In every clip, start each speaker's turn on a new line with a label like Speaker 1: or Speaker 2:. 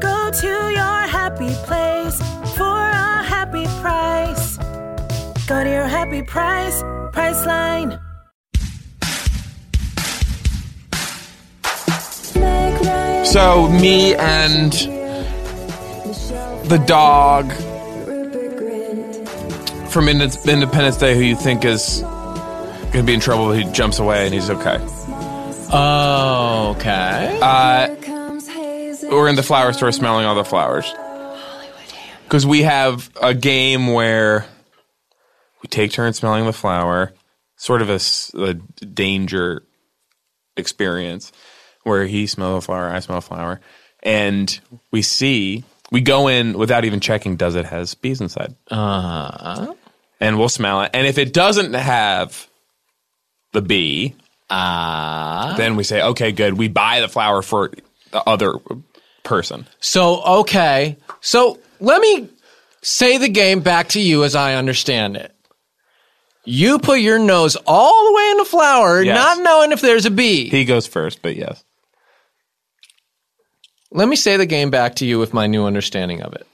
Speaker 1: Go to your happy place for a happy price. Go to your happy price, Priceline.
Speaker 2: So me and the dog from Ind- Independence Day, who you think is gonna be in trouble, but he jumps away and he's okay.
Speaker 3: Okay.
Speaker 2: Uh, we're in the flower store smelling all the flowers because we have a game where we take turns smelling the flower, sort of a, s- a danger experience where he smells a flower, I smell a flower, and we see we go in without even checking. Does it has bees inside?
Speaker 3: Uh,
Speaker 2: and we'll smell it. And if it doesn't have the bee,
Speaker 3: uh,
Speaker 2: then we say, okay, good. We buy the flower for the other person.
Speaker 3: so, okay. So, let me say the game back to you as I understand it. You put your nose all the way in the flower,
Speaker 2: Yes.
Speaker 3: not knowing if there's a bee.
Speaker 2: He goes first, but yes.
Speaker 3: Let me say the game back to you with my new understanding of it.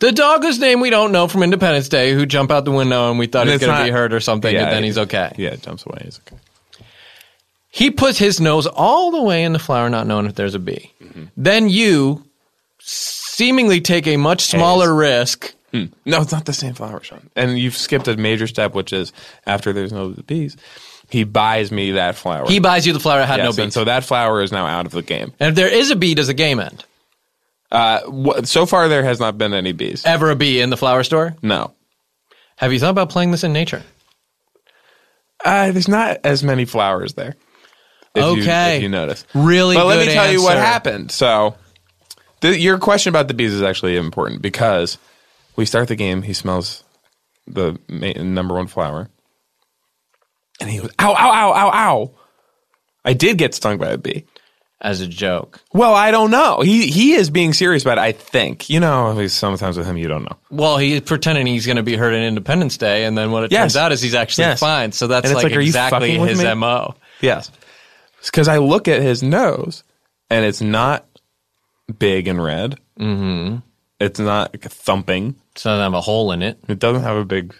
Speaker 3: The dog whose name we don't know from Independence Day, who jumped out the window and we thought
Speaker 2: And
Speaker 3: he was
Speaker 2: it's
Speaker 3: going to
Speaker 2: not-
Speaker 3: be hurt or something,
Speaker 2: Yeah,
Speaker 3: and then
Speaker 2: it-
Speaker 3: he's okay.
Speaker 2: Yeah, it jumps away. He's okay.
Speaker 3: He puts his nose all the way in the flower, not knowing if there's a bee.
Speaker 2: Mm-hmm.
Speaker 3: Then you seemingly take a much smaller risk.
Speaker 2: Hmm. No, it's not the same flower, Sean. And you've skipped a major step, which is after there's no bees, he buys me that flower.
Speaker 3: He buys you the flower that had
Speaker 2: Yes,
Speaker 3: no bee.
Speaker 2: and so that flower is now out of the game.
Speaker 3: and if there is a bee, does the game end?
Speaker 2: Uh, wh- so far, there has not been any bees.
Speaker 3: Ever a bee in the flower store?
Speaker 2: No.
Speaker 3: Have you thought about playing this in nature?
Speaker 2: Uh, there's not as many flowers there. If you-
Speaker 3: Okay.
Speaker 2: if you notice.
Speaker 3: Really
Speaker 2: But let me
Speaker 3: good
Speaker 2: tell you what
Speaker 3: answer.
Speaker 2: happened. So, th- your question about the bees is actually important because we start the game. He smells the ma- number one flower, and he goes, "Ow, ow, ow, ow, ow!" I did get stung by a bee.
Speaker 3: As a joke.
Speaker 2: Well, I don't know. He he is being serious about it. I think you know. Sometimes with him, you don't know.
Speaker 3: Well, he's pretending he's going to be hurt on Independence Day, and then what it
Speaker 2: Yes.
Speaker 3: turns out is he's actually
Speaker 2: Yes.
Speaker 3: fine. So that's
Speaker 2: And it's
Speaker 3: like,
Speaker 2: like, are you
Speaker 3: exactly
Speaker 2: fucking with
Speaker 3: his
Speaker 2: me?
Speaker 3: mo.
Speaker 2: Yes. Because I look at his nose and it's not big and red. Mm-hmm. It's not thumping.
Speaker 3: It doesn't have a hole in it,
Speaker 2: It doesn't have a big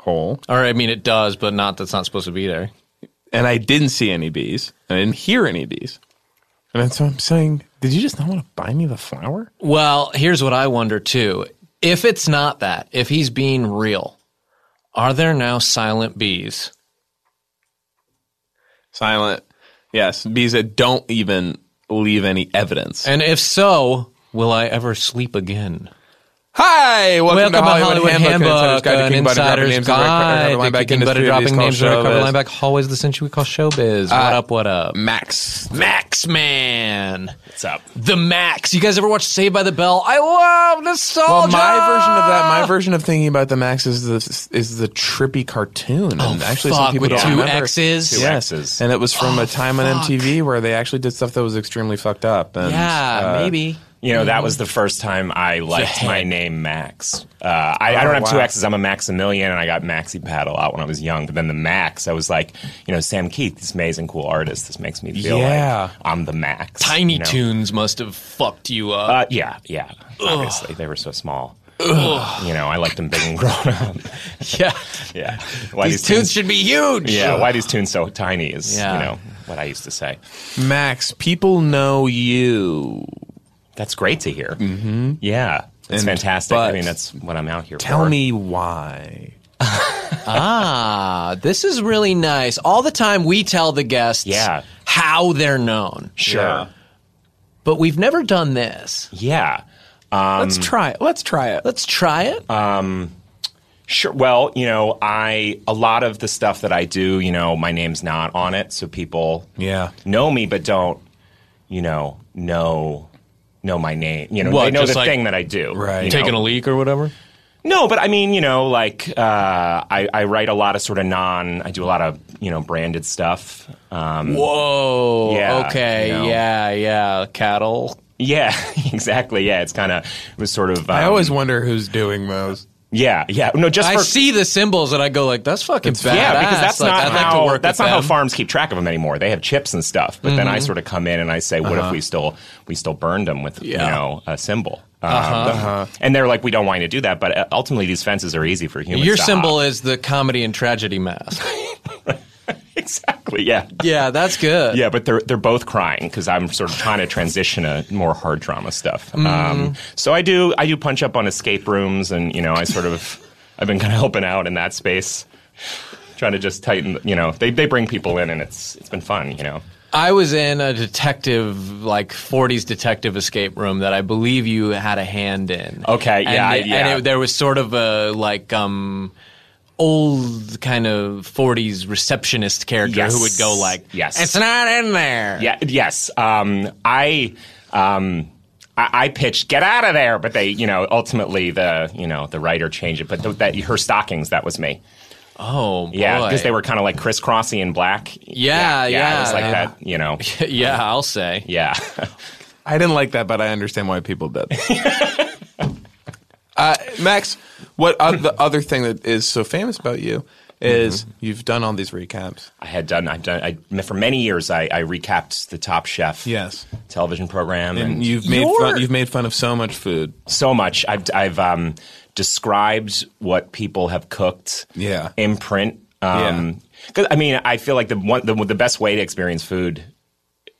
Speaker 2: hole.
Speaker 3: or I mean, it does, but not that's not supposed to be there.
Speaker 2: And I didn't see any bees. And I didn't hear any bees. And that's what I'm saying. Did you just not want to buy me the flower?
Speaker 3: Well, here's what I wonder too: if it's not that, if he's being real, are there now silent bees?
Speaker 2: Silent. Yes. Bees that don't even leave any evidence.
Speaker 3: And if so, will I ever sleep again?
Speaker 2: Hi, welcome,
Speaker 3: Welcome
Speaker 2: to Hollywood, Handbook,
Speaker 3: an
Speaker 2: an insider's
Speaker 3: insider's guide that
Speaker 2: guide
Speaker 3: kicking
Speaker 2: to
Speaker 3: butt
Speaker 2: butter
Speaker 3: and dropping names
Speaker 2: that
Speaker 3: that
Speaker 2: are
Speaker 3: cover
Speaker 2: covered
Speaker 3: lineback hallways of the century we call showbiz. what up? What up?
Speaker 2: Max.
Speaker 3: Uh, Max Man.
Speaker 4: What's up?
Speaker 3: The Max. You guys ever watch Saved by the Bell? I love
Speaker 2: Well,
Speaker 3: nostalgia.
Speaker 2: my version of that, my version of thinking about the Max is the is the trippy cartoon, and actually
Speaker 3: Oh, fuck,
Speaker 2: some people
Speaker 3: with
Speaker 2: don't
Speaker 3: two
Speaker 2: remember.
Speaker 3: X's? Two
Speaker 2: yes,
Speaker 4: X's.
Speaker 2: and it was from a time on MTV where they actually did stuff that was extremely fucked up. And,
Speaker 3: Yeah,
Speaker 2: uh,
Speaker 3: maybe.
Speaker 4: You know, that was the first time I liked
Speaker 3: Yeah.
Speaker 4: my name, Max. Uh, I, I don't
Speaker 2: Oh,
Speaker 4: have two
Speaker 2: wow.
Speaker 4: X's. I'm a Maximilian, and I got Maxi Pad a lot when I was young. But then the Max, I was like, you know, Sam Keith, this amazing, cool artist. This makes me feel
Speaker 2: Yeah.
Speaker 4: like I'm the Max.
Speaker 3: Tiny
Speaker 4: you know?
Speaker 3: Toons must have fucked you up.
Speaker 4: Uh, yeah, yeah. Obviously, they were so small. You know, I liked them big and grown up.
Speaker 3: yeah.
Speaker 4: yeah. Why
Speaker 3: These tunes should be huge.
Speaker 4: Yeah, why these tunes so tiny is,
Speaker 3: Yeah.
Speaker 4: you know, what I used to say.
Speaker 2: Max, people know you.
Speaker 4: That's great to hear. Mm-hmm. Yeah. It's
Speaker 2: And-
Speaker 4: fantastic. I
Speaker 2: but-
Speaker 4: mean, that's what I'm out here
Speaker 2: Tell
Speaker 4: for.
Speaker 2: me why.
Speaker 3: Ah, this is really nice. All the time we tell the guests
Speaker 4: Yeah.
Speaker 3: how they're known.
Speaker 4: Sure.
Speaker 2: Yeah.
Speaker 3: But we've never done this.
Speaker 4: Yeah.
Speaker 2: Let's
Speaker 3: Mm.
Speaker 2: try it. Let's try it.
Speaker 3: Let's try it.
Speaker 4: Sure. Well, you know, I a lot of the stuff that I do, you know, my name's not on it, so people
Speaker 2: Yeah.
Speaker 4: know me but don't, you know, know know my name. You know,
Speaker 3: What,
Speaker 4: they know
Speaker 3: just
Speaker 4: the
Speaker 3: like-
Speaker 4: thing that I do.
Speaker 2: Right.
Speaker 4: you
Speaker 2: Taking
Speaker 4: know?
Speaker 3: leak or whatever?
Speaker 4: No, but I mean, you know, like uh, I, I write a lot of sort of non. I do a lot of you know branded stuff. Um,
Speaker 3: Whoa.
Speaker 4: Yeah,
Speaker 3: okay.
Speaker 4: you know.
Speaker 3: Yeah. Yeah. Cattle.
Speaker 4: yeah, exactly. Yeah, it's kind of it was sort of. Um,
Speaker 2: I always wonder who's doing those.
Speaker 4: Yeah, yeah. No, just
Speaker 3: I
Speaker 4: for
Speaker 3: see the symbols and I go like, that's fucking badass.
Speaker 4: yeah, because that's
Speaker 3: Like,
Speaker 4: not
Speaker 3: I'd like to
Speaker 4: how
Speaker 3: work
Speaker 4: that's
Speaker 3: with
Speaker 4: not how
Speaker 3: them. Mm-hmm.
Speaker 4: farms keep track of them anymore. They have chips and stuff. But then I sort of come in and I say, what if we still we still burned them with
Speaker 3: Uh-huh. Yeah. Uh-huh.
Speaker 4: you know a symbol? Um, And they're like, we don't want you to do that. But uh, ultimately, these fences are easy for humans.
Speaker 3: Your
Speaker 4: to
Speaker 3: symbol
Speaker 4: hop.
Speaker 3: is the comedy and tragedy mask.
Speaker 4: exactly. Yeah.
Speaker 3: yeah, that's good.
Speaker 4: Yeah, but they're they're both crying because I'm sort of trying to transition to more hard drama stuff.
Speaker 3: Mm-hmm.
Speaker 4: Um, so I do I do punch up on escape rooms, and you know I sort of I've been kind of helping out in that space, trying to just tighten. You know, they they bring people in, and it's it's been fun. You know,
Speaker 3: I was in a detective, like 40s detective escape room that I believe you had a hand in.
Speaker 4: Okay,
Speaker 3: And
Speaker 4: yeah,
Speaker 3: it-
Speaker 4: yeah.
Speaker 3: And it, there was sort of a like um old kind of 40s receptionist character
Speaker 4: Yes.
Speaker 3: who would go like,
Speaker 4: Yes.
Speaker 3: it's not in there."
Speaker 4: yeah, yes, um, I. Um, I I pitched "Get out of there," but they, you know, ultimately the, you know, the writer changed it. But th- that her stockings—that was me.
Speaker 3: Oh, boy.
Speaker 4: Yeah, because they were kind of like crisscrossy and black.
Speaker 3: Yeah,
Speaker 4: yeah, it was
Speaker 3: yeah.
Speaker 4: like that. You know,
Speaker 3: yeah, I'll say.
Speaker 4: Yeah.
Speaker 2: I didn't like that, but I understand why people did. uh, Max, what o- the other thing that is so famous about you is
Speaker 4: Mm-hmm.
Speaker 2: you've done all these recaps.
Speaker 4: I had done, I've done, I, for many years, I, I recapped the Top Chef
Speaker 2: Yes.
Speaker 4: television program. And,
Speaker 2: And you've made
Speaker 3: You're-
Speaker 2: fun, you've made fun of so much food.
Speaker 4: so much. I've, I've um, described what people have cooked
Speaker 2: Yeah.
Speaker 4: in print. Um, 'cause, I mean, I feel like the, one, the, the best way to experience food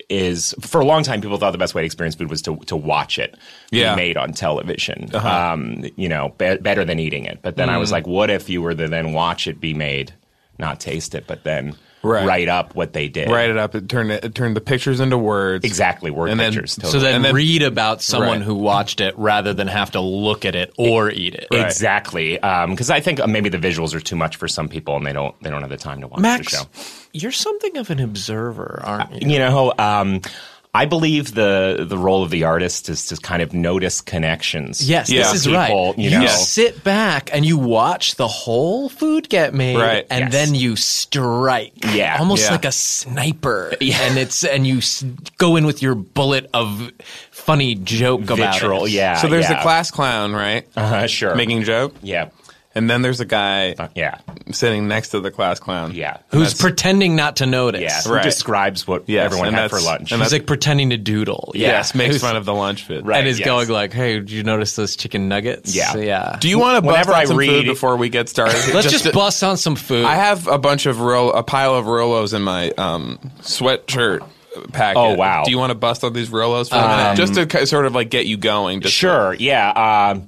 Speaker 4: is for a long time people thought the best way to experience food was to, to watch it
Speaker 2: Yeah. Uh-huh.
Speaker 4: be made on television um, you know be- better than eating it but then i was
Speaker 2: Mm.
Speaker 4: like what if you were to then watch it be made not taste it but then
Speaker 2: Right.
Speaker 4: write up what they did
Speaker 2: Write it up. It turned it, it turned the pictures into words.
Speaker 4: Exactly, word
Speaker 2: And then-
Speaker 4: pictures.
Speaker 3: So
Speaker 4: totally.
Speaker 3: then,
Speaker 2: And then-
Speaker 3: read about someone
Speaker 2: Right.
Speaker 3: who watched it rather than have to look at it or eat it.
Speaker 4: exactly, because I think uh, maybe the visuals are too much for some people, and they don't they don't have the time to watch the
Speaker 3: Max,
Speaker 4: show.
Speaker 3: you're something of an observer, aren't you?
Speaker 4: You know, um, I believe the the role of the artist is to kind of notice connections.
Speaker 3: Yes,
Speaker 2: Yeah.
Speaker 3: this is
Speaker 4: People,
Speaker 3: right.
Speaker 4: you know.
Speaker 3: sit back and you watch the whole food get made,
Speaker 2: Right.
Speaker 3: and
Speaker 4: Yes.
Speaker 3: then you strike,
Speaker 4: Yeah.
Speaker 3: almost
Speaker 2: Yeah.
Speaker 3: like a sniper. And it's and you s- go in with your bullet of funny joke about
Speaker 4: Vitriol,
Speaker 3: it.
Speaker 4: yeah.
Speaker 2: So there's
Speaker 4: yeah.
Speaker 2: the class clown, right?
Speaker 4: Uh, sure.
Speaker 2: Making a joke.
Speaker 4: yeah, Uh,
Speaker 2: And then there's a guy
Speaker 4: yeah,
Speaker 2: sitting next to the class clown.
Speaker 4: yeah.
Speaker 3: who's pretending not to notice?
Speaker 4: yeah? Who
Speaker 2: Right.
Speaker 4: describes what
Speaker 2: Yes,
Speaker 4: everyone
Speaker 2: and
Speaker 4: had for
Speaker 2: that's-
Speaker 4: lunch?
Speaker 2: and
Speaker 3: He's
Speaker 2: that's-
Speaker 3: like pretending to doodle. Yeah.
Speaker 2: Yes, makes
Speaker 3: Who's-
Speaker 2: fun of the lunch food.
Speaker 4: Right.
Speaker 3: and is
Speaker 4: yes.
Speaker 3: going like, "Hey, did you notice those chicken nuggets?"
Speaker 4: Yeah.
Speaker 3: yeah.
Speaker 2: Do you want to bust
Speaker 4: Whenever
Speaker 2: out
Speaker 4: I
Speaker 2: some food
Speaker 4: read-
Speaker 2: before we get started?
Speaker 3: Let's just, bust on some food.
Speaker 2: I have a bunch of roll, a pile of Rolos in my um, sweatshirt packet.
Speaker 4: Oh, wow.
Speaker 2: Do you want to bust on these Rolos for a minute, just to ki- sort of like get you going? Just
Speaker 4: Sure. Yeah. Um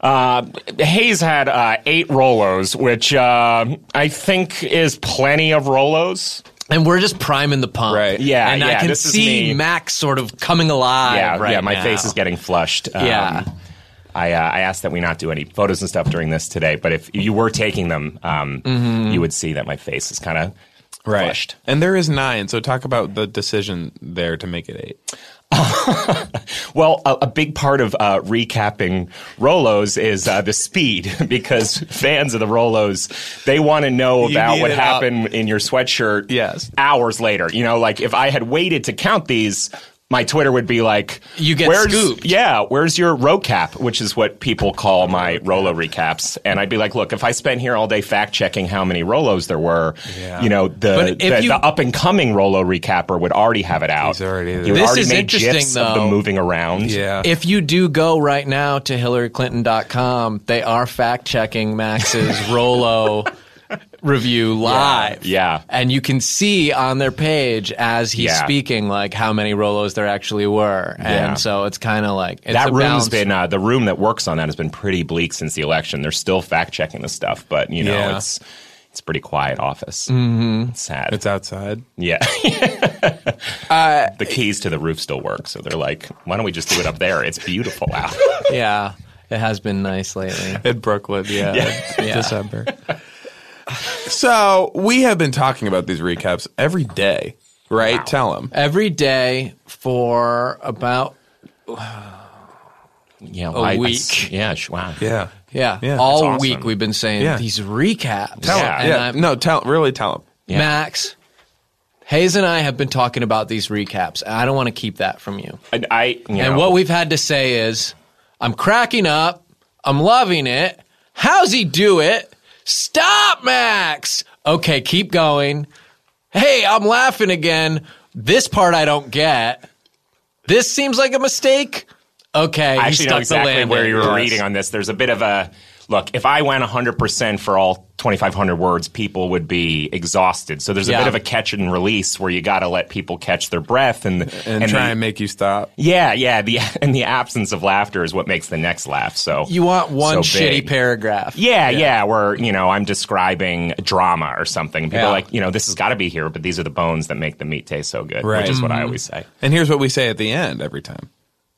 Speaker 4: uh, Hayes had uh, eight Rolos, which uh, I think is plenty of Rolos.
Speaker 3: and we're just priming the pump.
Speaker 2: Right.
Speaker 4: Yeah,
Speaker 3: And I
Speaker 4: yeah,
Speaker 3: can
Speaker 4: this is
Speaker 3: see
Speaker 4: me.
Speaker 3: Max sort of coming alive.
Speaker 4: yeah,
Speaker 3: right
Speaker 4: yeah. My
Speaker 3: now.
Speaker 4: face is getting flushed. Um,
Speaker 3: Yeah.
Speaker 4: I, uh, I asked that we not do any photos and stuff during this today, but if you were taking them, um,
Speaker 3: Mm-hmm.
Speaker 4: you would see that my face is kind of flushed.
Speaker 2: And there is nine, so talk about the decision there to make it eight.
Speaker 4: Well, a, a big part of uh, recapping Rolos is uh, the speed because fans of the Rolos they want to know
Speaker 2: You
Speaker 4: about
Speaker 2: need
Speaker 4: what
Speaker 3: uh,
Speaker 2: it up.
Speaker 4: happened in your sweatshirt.
Speaker 2: Yes.
Speaker 4: hours later. You know, like if I had waited to count these. My Twitter would be like,
Speaker 3: You get
Speaker 4: where's,
Speaker 3: scooped."
Speaker 4: Yeah, where's your RoCap, which is what people call my Rolo recaps. And I'd be like, look, if I spent here all day fact checking how many Rolos there were, you know, the,
Speaker 3: But if
Speaker 4: the,
Speaker 3: you-
Speaker 4: the up and coming Rolo recapper would already have it out.
Speaker 2: He's already
Speaker 4: He
Speaker 2: there.
Speaker 4: would
Speaker 3: This
Speaker 4: already
Speaker 3: is
Speaker 4: made
Speaker 3: interesting,
Speaker 4: gifs of
Speaker 3: though.
Speaker 4: them moving around.
Speaker 2: Yeah.
Speaker 3: If you do go right now to hillaryclinton.com, they are fact checking Max's Rolo review live.
Speaker 4: yeah.
Speaker 3: And you can see on their page as he's
Speaker 4: Yeah.
Speaker 3: speaking, like how many Rolos there actually were. And
Speaker 4: Yeah.
Speaker 3: so it's kind of like it's
Speaker 4: that
Speaker 3: a
Speaker 4: room's
Speaker 3: balance.
Speaker 4: been uh, the room that works on that has been pretty bleak since the election. They're still fact checking the stuff, but you know
Speaker 2: Yeah.
Speaker 4: it's it's a pretty quiet office. Mm-hmm. Sad.
Speaker 2: It's outside.
Speaker 4: yeah. the keys to the roof still work, so they're like, why don't we just do it up there? It's beautiful out.
Speaker 3: Yeah. It has been nice lately.
Speaker 2: In Brooklyn, yeah,
Speaker 3: Yeah.
Speaker 2: December. so we have been talking about these recaps every day, right? Tell 'em. Tell them.
Speaker 3: Every day for about
Speaker 4: yeah,
Speaker 3: a
Speaker 4: why- I
Speaker 3: week.
Speaker 4: s- yeah, sh- wow.
Speaker 2: Yeah.
Speaker 3: Yeah.
Speaker 2: Yeah,
Speaker 3: All
Speaker 4: that's awesome.
Speaker 3: week we've been saying
Speaker 2: Yeah.
Speaker 3: these recaps.
Speaker 2: Tell
Speaker 4: Yeah.
Speaker 2: him.
Speaker 3: And
Speaker 2: Yeah.
Speaker 3: I'm-
Speaker 2: no, tell really tell him.
Speaker 4: Yeah.
Speaker 3: Max, Hayes and I have been talking about these recaps. and I don't want to keep that from you.
Speaker 4: And I,
Speaker 3: And
Speaker 4: you know,
Speaker 3: what we've had to say is, I'm cracking up. I'm loving it. How's he do it? Stop, Max. Okay, keep going. Hey, I'm laughing again. This part I don't get. This seems like a mistake. Okay,
Speaker 4: I
Speaker 3: he
Speaker 4: actually know
Speaker 3: stuck the
Speaker 4: exactly
Speaker 3: landing.
Speaker 4: where you were
Speaker 2: Yes.
Speaker 4: reading on this. There's a bit of a look. If I went 100 percent for all 2,500 words, people would be exhausted. So there's a
Speaker 3: Yeah.
Speaker 4: bit of a catch and release where you got to let people catch their breath and
Speaker 2: And, try
Speaker 4: the-
Speaker 2: and make you stop.
Speaker 4: yeah, yeah. The and the absence of laughter is what makes the next laugh. So
Speaker 3: You want one
Speaker 4: so
Speaker 3: shitty
Speaker 4: big.
Speaker 3: paragraph.
Speaker 4: Yeah, yeah, where, you know, I'm describing drama or something. People
Speaker 3: Yeah.
Speaker 4: are like, you know, this has got to be here, but these are the bones that make the meat taste so good,
Speaker 2: Right.
Speaker 4: which is what
Speaker 3: Mm-hmm.
Speaker 4: I always say.
Speaker 2: And here's what we say at the end every time.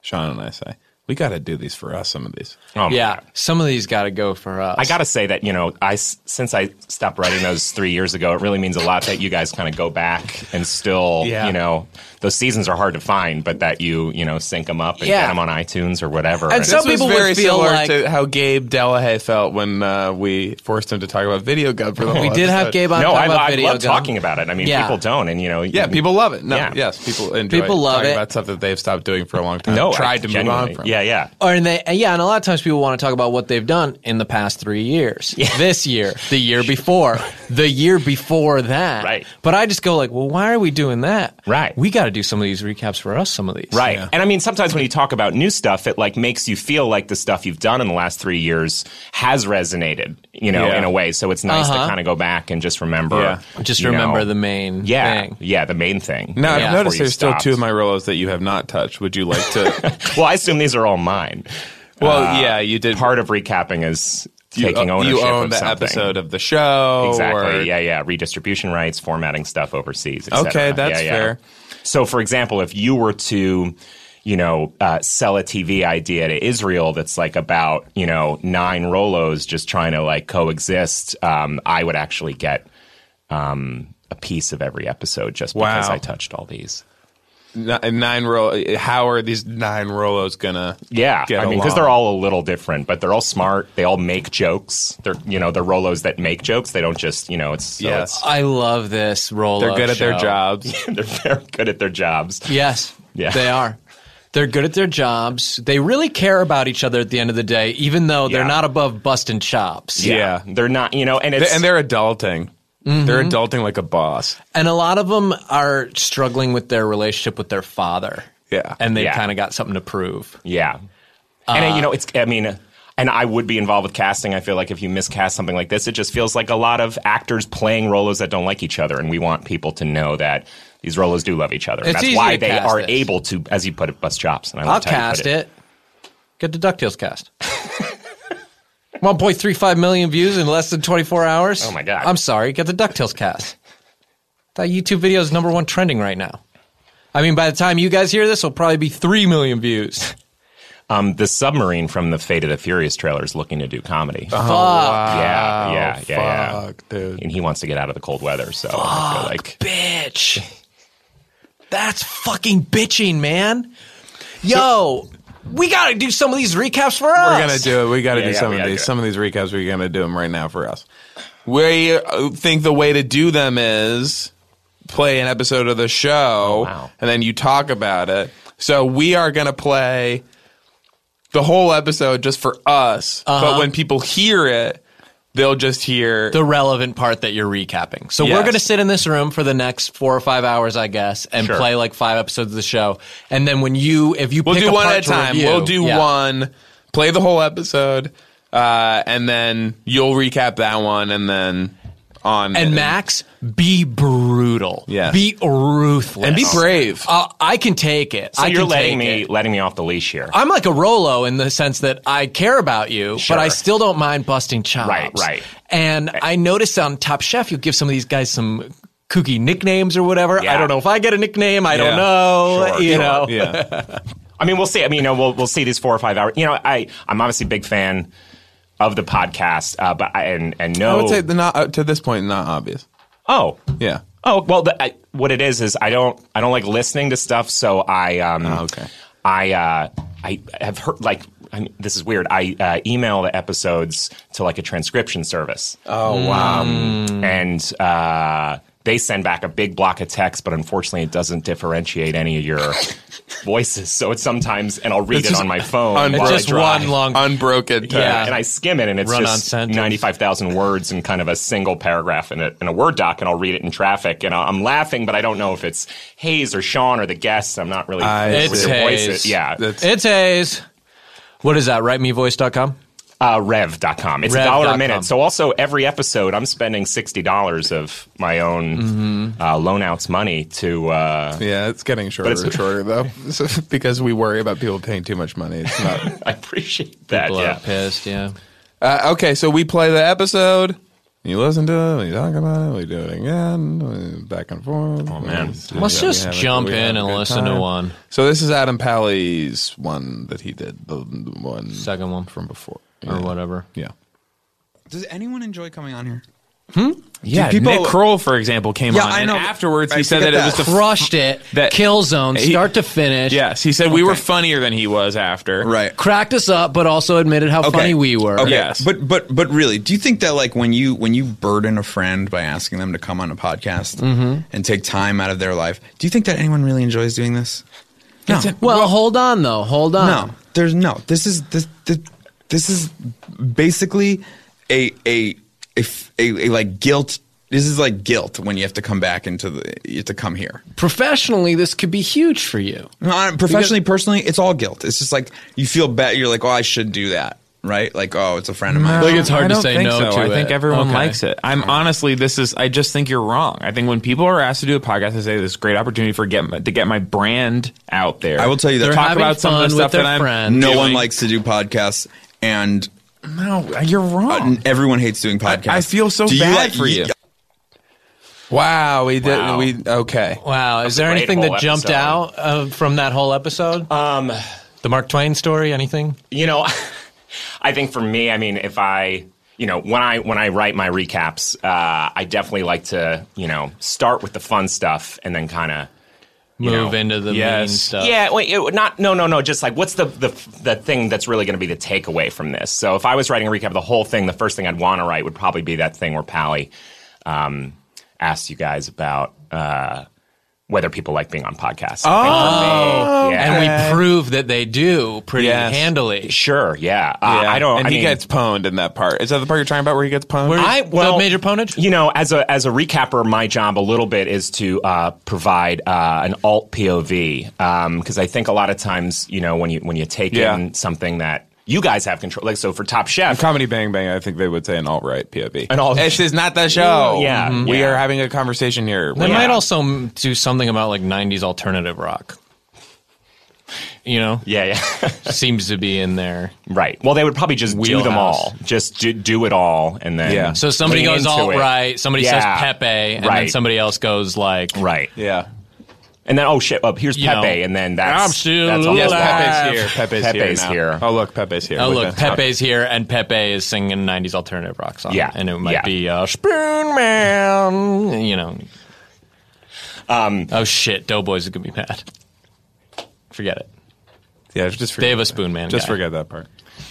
Speaker 2: Sean and I say, we got to do these for us. Some of these.
Speaker 4: Oh, my
Speaker 3: Yeah,
Speaker 4: God.
Speaker 3: some of these got to go for us.
Speaker 4: I got to say that, you know, I s- since I stopped writing those 3 years ago, it really means a lot that you guys kind of go back and still,
Speaker 2: Yeah.
Speaker 4: you know, those seasons are hard to find, but that you, you know, sync them up and
Speaker 3: Yeah.
Speaker 4: get them on iTunes or whatever.
Speaker 3: And some
Speaker 2: This was
Speaker 3: people would
Speaker 2: very
Speaker 3: feel
Speaker 2: similar
Speaker 3: like-
Speaker 2: to how Gabe Delahaye felt when uh, we forced him to talk about video gum
Speaker 4: Oh,
Speaker 2: for the whole
Speaker 3: We did have
Speaker 2: episode.
Speaker 3: Gabe on
Speaker 4: no,
Speaker 3: talk
Speaker 4: I,
Speaker 3: about
Speaker 4: I
Speaker 3: video
Speaker 4: love
Speaker 3: game.
Speaker 4: talking about it. I mean,
Speaker 3: Yeah.
Speaker 4: people don't, and you know,
Speaker 2: Yeah, people love it. No,
Speaker 4: Yeah.
Speaker 2: yes, people enjoy
Speaker 3: People love
Speaker 2: talking
Speaker 3: it.
Speaker 2: about stuff that they've stopped doing for a long time.
Speaker 4: no, I
Speaker 2: tried to move on
Speaker 4: genuinely-
Speaker 2: from.
Speaker 4: Yeah, yeah.
Speaker 3: Or and they and yeah, and a lot of times people want to talk about what they've done in the past three years, this year, the year before, the year before that.
Speaker 4: Right.
Speaker 3: But I just go like, well, why are we doing that?
Speaker 4: Right.
Speaker 3: We got to do some of these recaps for us. Some of these.
Speaker 4: Right. And I mean, sometimes when you talk about new stuff, it like makes you feel like the stuff you've done in the last three years has resonated, you know,
Speaker 2: Yeah.
Speaker 4: in a way. So it's nice
Speaker 3: Uh-huh.
Speaker 4: to kind of go back and just remember.
Speaker 2: Yeah.
Speaker 3: Just
Speaker 4: you
Speaker 3: remember
Speaker 4: know,
Speaker 3: the main
Speaker 4: Yeah.
Speaker 3: thing.
Speaker 4: Yeah. The main thing.
Speaker 2: Now
Speaker 3: Yeah.
Speaker 2: I've
Speaker 4: Before
Speaker 2: noticed
Speaker 4: you
Speaker 2: there's
Speaker 4: stopped.
Speaker 2: still two of my Rolos that you have not touched. Would you like to?
Speaker 4: Well, I assume these are all mine.
Speaker 2: well, yeah, you did
Speaker 4: Uh, Part of recapping is
Speaker 2: you,
Speaker 4: taking
Speaker 2: uh,
Speaker 4: ownership
Speaker 2: you own
Speaker 4: of
Speaker 2: the
Speaker 4: something.
Speaker 2: episode of the show.
Speaker 4: Exactly.
Speaker 2: or-
Speaker 4: Yeah, yeah. Redistribution rights, formatting stuff overseas. et
Speaker 2: Okay,
Speaker 4: cetera.
Speaker 2: that's
Speaker 4: Yeah, yeah.
Speaker 2: fair.
Speaker 4: So, for example, if you were to, you know, uh, sell a TV idea to Israel that's like about you know nine Rolos just trying to like coexist, um, I would actually get um, a piece of every episode just because
Speaker 2: Wow.
Speaker 4: I touched all these.
Speaker 2: Ni- nine Rolo. How are these nine Rolos gonna?
Speaker 4: Yeah,
Speaker 2: get
Speaker 4: I mean, because
Speaker 2: along?
Speaker 4: they're all a little different, but they're all smart. They all make jokes. They're you know they're Rolos that make jokes. They don't just you know it's so
Speaker 2: Yes.
Speaker 4: it's-
Speaker 3: I love this roll.
Speaker 2: they're good at their jobs.
Speaker 4: they're very good at their jobs.
Speaker 3: Yes.
Speaker 4: Yeah.
Speaker 3: They are. They're good at their jobs. They really care about each other at the end of the day, even though they're
Speaker 4: Yeah.
Speaker 3: not above busting chops.
Speaker 4: Yeah. They're not, you know, and it's
Speaker 2: and they're adulting.
Speaker 4: Mm-hmm.
Speaker 2: They're adulting like a boss.
Speaker 3: And a lot of them are struggling with their relationship with their father.
Speaker 2: Yeah.
Speaker 3: And they've
Speaker 4: Yeah.
Speaker 3: kind of got something to prove.
Speaker 4: yeah. and uh, you know, it's I mean, and I would be involved with casting. I feel like if you miscast something like this, it just feels like a lot of actors playing Rolos that don't like each other and we want people to know that these Rolos do love each other.
Speaker 3: It's
Speaker 4: and that's
Speaker 3: easy
Speaker 4: why
Speaker 3: to
Speaker 4: they
Speaker 3: cast
Speaker 4: are
Speaker 3: this.
Speaker 4: able to as you put it bust chops and I
Speaker 3: I'll
Speaker 4: loved how you put
Speaker 3: cast it. Get the DuckTales cast. 1.35 million views in less than 24 hours.
Speaker 4: Oh my God.
Speaker 3: I'm sorry. Get the DuckTales cast. That YouTube video is number one trending right now. I mean, by the time you guys hear this, it'll probably be 3 million views.
Speaker 4: Um the submarine from the Fate of the Furious trailer is looking to do comedy.
Speaker 3: Fuck.
Speaker 4: Yeah, yeah, yeah, yeah.
Speaker 2: Oh, Fuck, dude.
Speaker 4: And he wants to get out of the cold weather, so I feel like
Speaker 3: Bitch. That's fucking bitching, man. Yo, we got to do some of these recaps for us.
Speaker 2: We're gonna do it. We got to
Speaker 4: Yeah,
Speaker 2: do
Speaker 4: yeah,
Speaker 2: some
Speaker 4: we
Speaker 2: of
Speaker 4: gotta
Speaker 2: these.
Speaker 4: do it.
Speaker 2: Some of these recaps. We're gonna do them right now for us. We uh, think the way to do them is play an episode of the show,
Speaker 4: Oh, wow.
Speaker 2: and then you talk about it. So we are gonna play the whole episode just for us.
Speaker 4: Uh-huh.
Speaker 2: But when people hear it, they'll just hear.
Speaker 3: the relevant part that you're recapping. So we're
Speaker 2: Yes.
Speaker 3: going to sit in this room for the next four or five hours, I guess, and
Speaker 4: Sure.
Speaker 3: play like five episodes of the show. And then when you, if you
Speaker 2: we'll
Speaker 3: pick
Speaker 2: do
Speaker 3: a
Speaker 2: one
Speaker 3: part
Speaker 2: at a
Speaker 3: to
Speaker 2: time.
Speaker 3: review-
Speaker 2: we'll do
Speaker 3: Yeah.
Speaker 2: one. Play the whole episode, uh, and then you'll recap that one, and then on
Speaker 3: And Max, be brutal.
Speaker 2: Yes.
Speaker 3: Be ruthless.
Speaker 2: and be brave.
Speaker 3: Uh, I can take it.
Speaker 4: So
Speaker 3: I
Speaker 4: you're
Speaker 3: can take
Speaker 4: letting me
Speaker 3: it.
Speaker 4: letting me off the leash here.
Speaker 3: I'm like a Rolo in the sense that I care about you,
Speaker 4: Sure.
Speaker 3: but I still don't mind busting chops.
Speaker 4: Right, right.
Speaker 3: And I noticed on Top Chef, you give some of these guys some kooky nicknames or whatever. I
Speaker 4: Yeah.
Speaker 3: don't know if I get a nickname. I
Speaker 2: Yeah.
Speaker 3: don't know.
Speaker 4: Sure,
Speaker 3: you
Speaker 4: sure.
Speaker 3: know.
Speaker 2: yeah.
Speaker 4: I mean, we'll see. I mean, you know, we'll we'll see these four or five hours. You know, I I'm obviously a big fan of the podcast, uh, but I, and and
Speaker 2: I
Speaker 4: no,
Speaker 2: would say the not uh, to this point not obvious.
Speaker 4: oh
Speaker 2: Yeah.
Speaker 4: oh well, the, I, what it is is I don't I don't like listening to stuff, so I um
Speaker 2: Oh, okay.
Speaker 4: I uh I have heard like I mean, this is weird. I uh, email the episodes to like a transcription service. Oh wow! Um, and uh, they send back a big block of text, but unfortunately, it doesn't differentiate any of your voices. So it's sometimes, and I'll read
Speaker 2: It's
Speaker 4: it
Speaker 2: just
Speaker 4: on my phone.
Speaker 2: un-
Speaker 4: while I
Speaker 3: It's just
Speaker 4: drive.
Speaker 3: one long.
Speaker 2: Unbroken. text.
Speaker 3: Yeah.
Speaker 4: And I skim it, and it's
Speaker 3: Run on
Speaker 4: just
Speaker 3: sentence.
Speaker 4: 95,000 words and kind of a single paragraph in a, in a Word doc, and I'll read it in traffic. And I- I'm laughing, but I don't know if it's Hayes or Sean or the guests. I'm not really
Speaker 2: I
Speaker 4: with
Speaker 3: it's
Speaker 2: see.
Speaker 4: your
Speaker 3: Hayes.
Speaker 4: voices. Yeah.
Speaker 2: That's-
Speaker 3: It's Hayes. What is that? WriteMeVoice.com?
Speaker 4: Uh, rev.com. It's a
Speaker 3: Rev dot
Speaker 4: dollar
Speaker 3: com.
Speaker 4: a minute. So also every episode, I'm spending $60 of my own
Speaker 3: Mm-hmm.
Speaker 4: uh, loan outs money to. Uh,
Speaker 2: Yeah, it's getting shorter
Speaker 4: it's-
Speaker 2: and shorter though, So, because we worry about people paying too much money. It's not.
Speaker 4: I appreciate that.
Speaker 3: Blow
Speaker 4: Yeah.
Speaker 3: pissed, yeah.
Speaker 2: uh, okay, so we play the episode. You listen to it. We talk about it. We do it again. we- Back and forth. Oh
Speaker 4: man.
Speaker 3: Let's just jump in and listen to one.
Speaker 2: So this is Adam Pally's one that he did. The one
Speaker 3: Second one
Speaker 2: from before
Speaker 3: or whatever.
Speaker 2: Yeah.
Speaker 5: Does anyone enjoy coming on here?
Speaker 2: Yeah,
Speaker 5: people-
Speaker 2: Nick Kroll, for example, came
Speaker 5: Yeah,
Speaker 2: on,
Speaker 5: I
Speaker 2: and
Speaker 5: know, but
Speaker 2: afterwards he
Speaker 5: I
Speaker 2: said that,
Speaker 5: forget
Speaker 2: it was
Speaker 5: that.
Speaker 2: the
Speaker 3: Crushed it.
Speaker 2: That-
Speaker 3: kill zone,
Speaker 2: He-
Speaker 3: start to finish.
Speaker 2: Yes, he said we were funnier than he was after.
Speaker 3: Cracked us up, but also admitted how funny we were.
Speaker 5: Okay.
Speaker 2: Yes.
Speaker 5: But but but really, do you think that like when you when you burden a friend by asking them to come on a podcast and take time out of their life, do you think that anyone really enjoys doing this? No.
Speaker 3: Well, hold on though. Hold on.
Speaker 5: no. There's no. This is this this, this is basically a a a, f- a- a, like guilt this is like guilt when you have to come back into the you have to come here.
Speaker 3: Professionally, this could be huge for you.
Speaker 5: No, I- professionally, personally, it's all guilt. It's just like you feel bad. You're like, oh, I should do that, right? Like, oh, it's a friend of mine.
Speaker 3: Like, it's hard
Speaker 6: I
Speaker 3: to
Speaker 6: don't
Speaker 3: say
Speaker 6: think
Speaker 3: no
Speaker 6: so.
Speaker 3: to
Speaker 6: I think
Speaker 3: it.
Speaker 6: everyone
Speaker 3: Okay.
Speaker 6: likes it. I'm honestly, this is. I just think you're wrong. I think when people are asked to do a podcast, I say this is a great opportunity for get my, to get my brand out there.
Speaker 5: I will tell you that-
Speaker 6: They're
Speaker 5: They're
Speaker 6: talk
Speaker 3: having
Speaker 6: about some
Speaker 3: fun
Speaker 6: of the
Speaker 3: with
Speaker 6: stuff
Speaker 3: their
Speaker 6: that I'm.
Speaker 3: friends.
Speaker 5: no one
Speaker 6: doing.
Speaker 5: likes to do podcasts, and uh,
Speaker 6: No, you're wrong.
Speaker 5: everyone hates doing podcasts.
Speaker 6: I feel so
Speaker 5: Do
Speaker 6: bad
Speaker 5: like-
Speaker 6: for you.
Speaker 2: Wow, we did.
Speaker 4: Wow.
Speaker 2: We okay.
Speaker 3: Wow. Is there
Speaker 4: That's a
Speaker 3: anything
Speaker 4: great
Speaker 3: that
Speaker 4: whole
Speaker 3: jumped
Speaker 4: episode.
Speaker 3: out uh, from that whole episode? Um, the Mark Twain story. Anything?
Speaker 4: you know i think for me i mean if i you know when i when i write my recaps uh, i definitely like to you know start with the fun stuff and then kind of
Speaker 3: Move
Speaker 4: know,
Speaker 3: into the mean
Speaker 6: yes.
Speaker 3: stuff.
Speaker 4: yeah, wait, it, would not no, no, no. Just like what's the the, the thing that's really going to be the takeaway from this? So if I was writing a recap of the whole thing, the first thing I'd want to write would probably be that thing where Pally um, asked you guys about uh, whether people like being on podcasts. Oh,
Speaker 3: And we prove that they do pretty
Speaker 2: Yes.
Speaker 3: handily.
Speaker 4: sure, yeah. Uh,
Speaker 2: Yeah,
Speaker 4: I don't.
Speaker 2: And
Speaker 4: I
Speaker 2: he
Speaker 4: mean-
Speaker 2: gets pwned in that part. Is that the part you're talking about where he gets pwned?
Speaker 4: I
Speaker 3: The
Speaker 4: well,
Speaker 3: major ponage?
Speaker 4: You know, as a as a recapper, my job a little bit is to uh, provide uh, an alt POV because um, I think a lot of times, you know, when you when you take
Speaker 2: Yeah.
Speaker 4: in something that you guys have control, like so for Top Chef,
Speaker 2: Comedy Bang Bang. I think they would say an alt right POV.
Speaker 4: An alt-
Speaker 2: This is not the show. Mm-hmm.
Speaker 4: Yeah, Mhm.
Speaker 2: we
Speaker 4: yeah.
Speaker 2: are having a conversation here.
Speaker 3: They
Speaker 2: Yeah.
Speaker 3: might also m- do something about like '90s alternative rock. You know,
Speaker 4: yeah, yeah,
Speaker 3: seems to be in there.
Speaker 4: right. Well, they would probably just do them
Speaker 3: Wheelhouse.
Speaker 4: all, just do, do it all, and then
Speaker 2: Yeah.
Speaker 3: So somebody
Speaker 4: lean
Speaker 3: goes
Speaker 4: into
Speaker 3: alt
Speaker 4: it.
Speaker 3: right, somebody says
Speaker 4: Yeah.
Speaker 3: Pepe, and then
Speaker 4: Right.
Speaker 3: somebody else goes like
Speaker 4: right,
Speaker 2: Yeah.
Speaker 4: and then oh shit, oh, here's
Speaker 3: You
Speaker 4: Pepe,
Speaker 3: know,
Speaker 4: and then that's
Speaker 3: I'm still
Speaker 4: that's all
Speaker 2: Yes,
Speaker 3: Alive.
Speaker 2: Pepe's here. Pepe's,
Speaker 4: Oh, Pepe's
Speaker 2: here, now.
Speaker 4: here.
Speaker 2: Oh look, Pepe's here.
Speaker 3: Oh
Speaker 2: Look
Speaker 3: look,
Speaker 2: at that.
Speaker 3: Pepe's here, and Pepe is singing '90s alternative rock song.
Speaker 4: Yeah,
Speaker 3: and it might
Speaker 4: yeah.
Speaker 3: be uh, Spoon Man. You know. Um. Oh shit, Doughboys is gonna be mad. Forget it.
Speaker 2: Yeah, just forget
Speaker 3: They have a
Speaker 2: that.
Speaker 3: Spoon Man.
Speaker 2: Just
Speaker 3: guy.
Speaker 2: forget that part.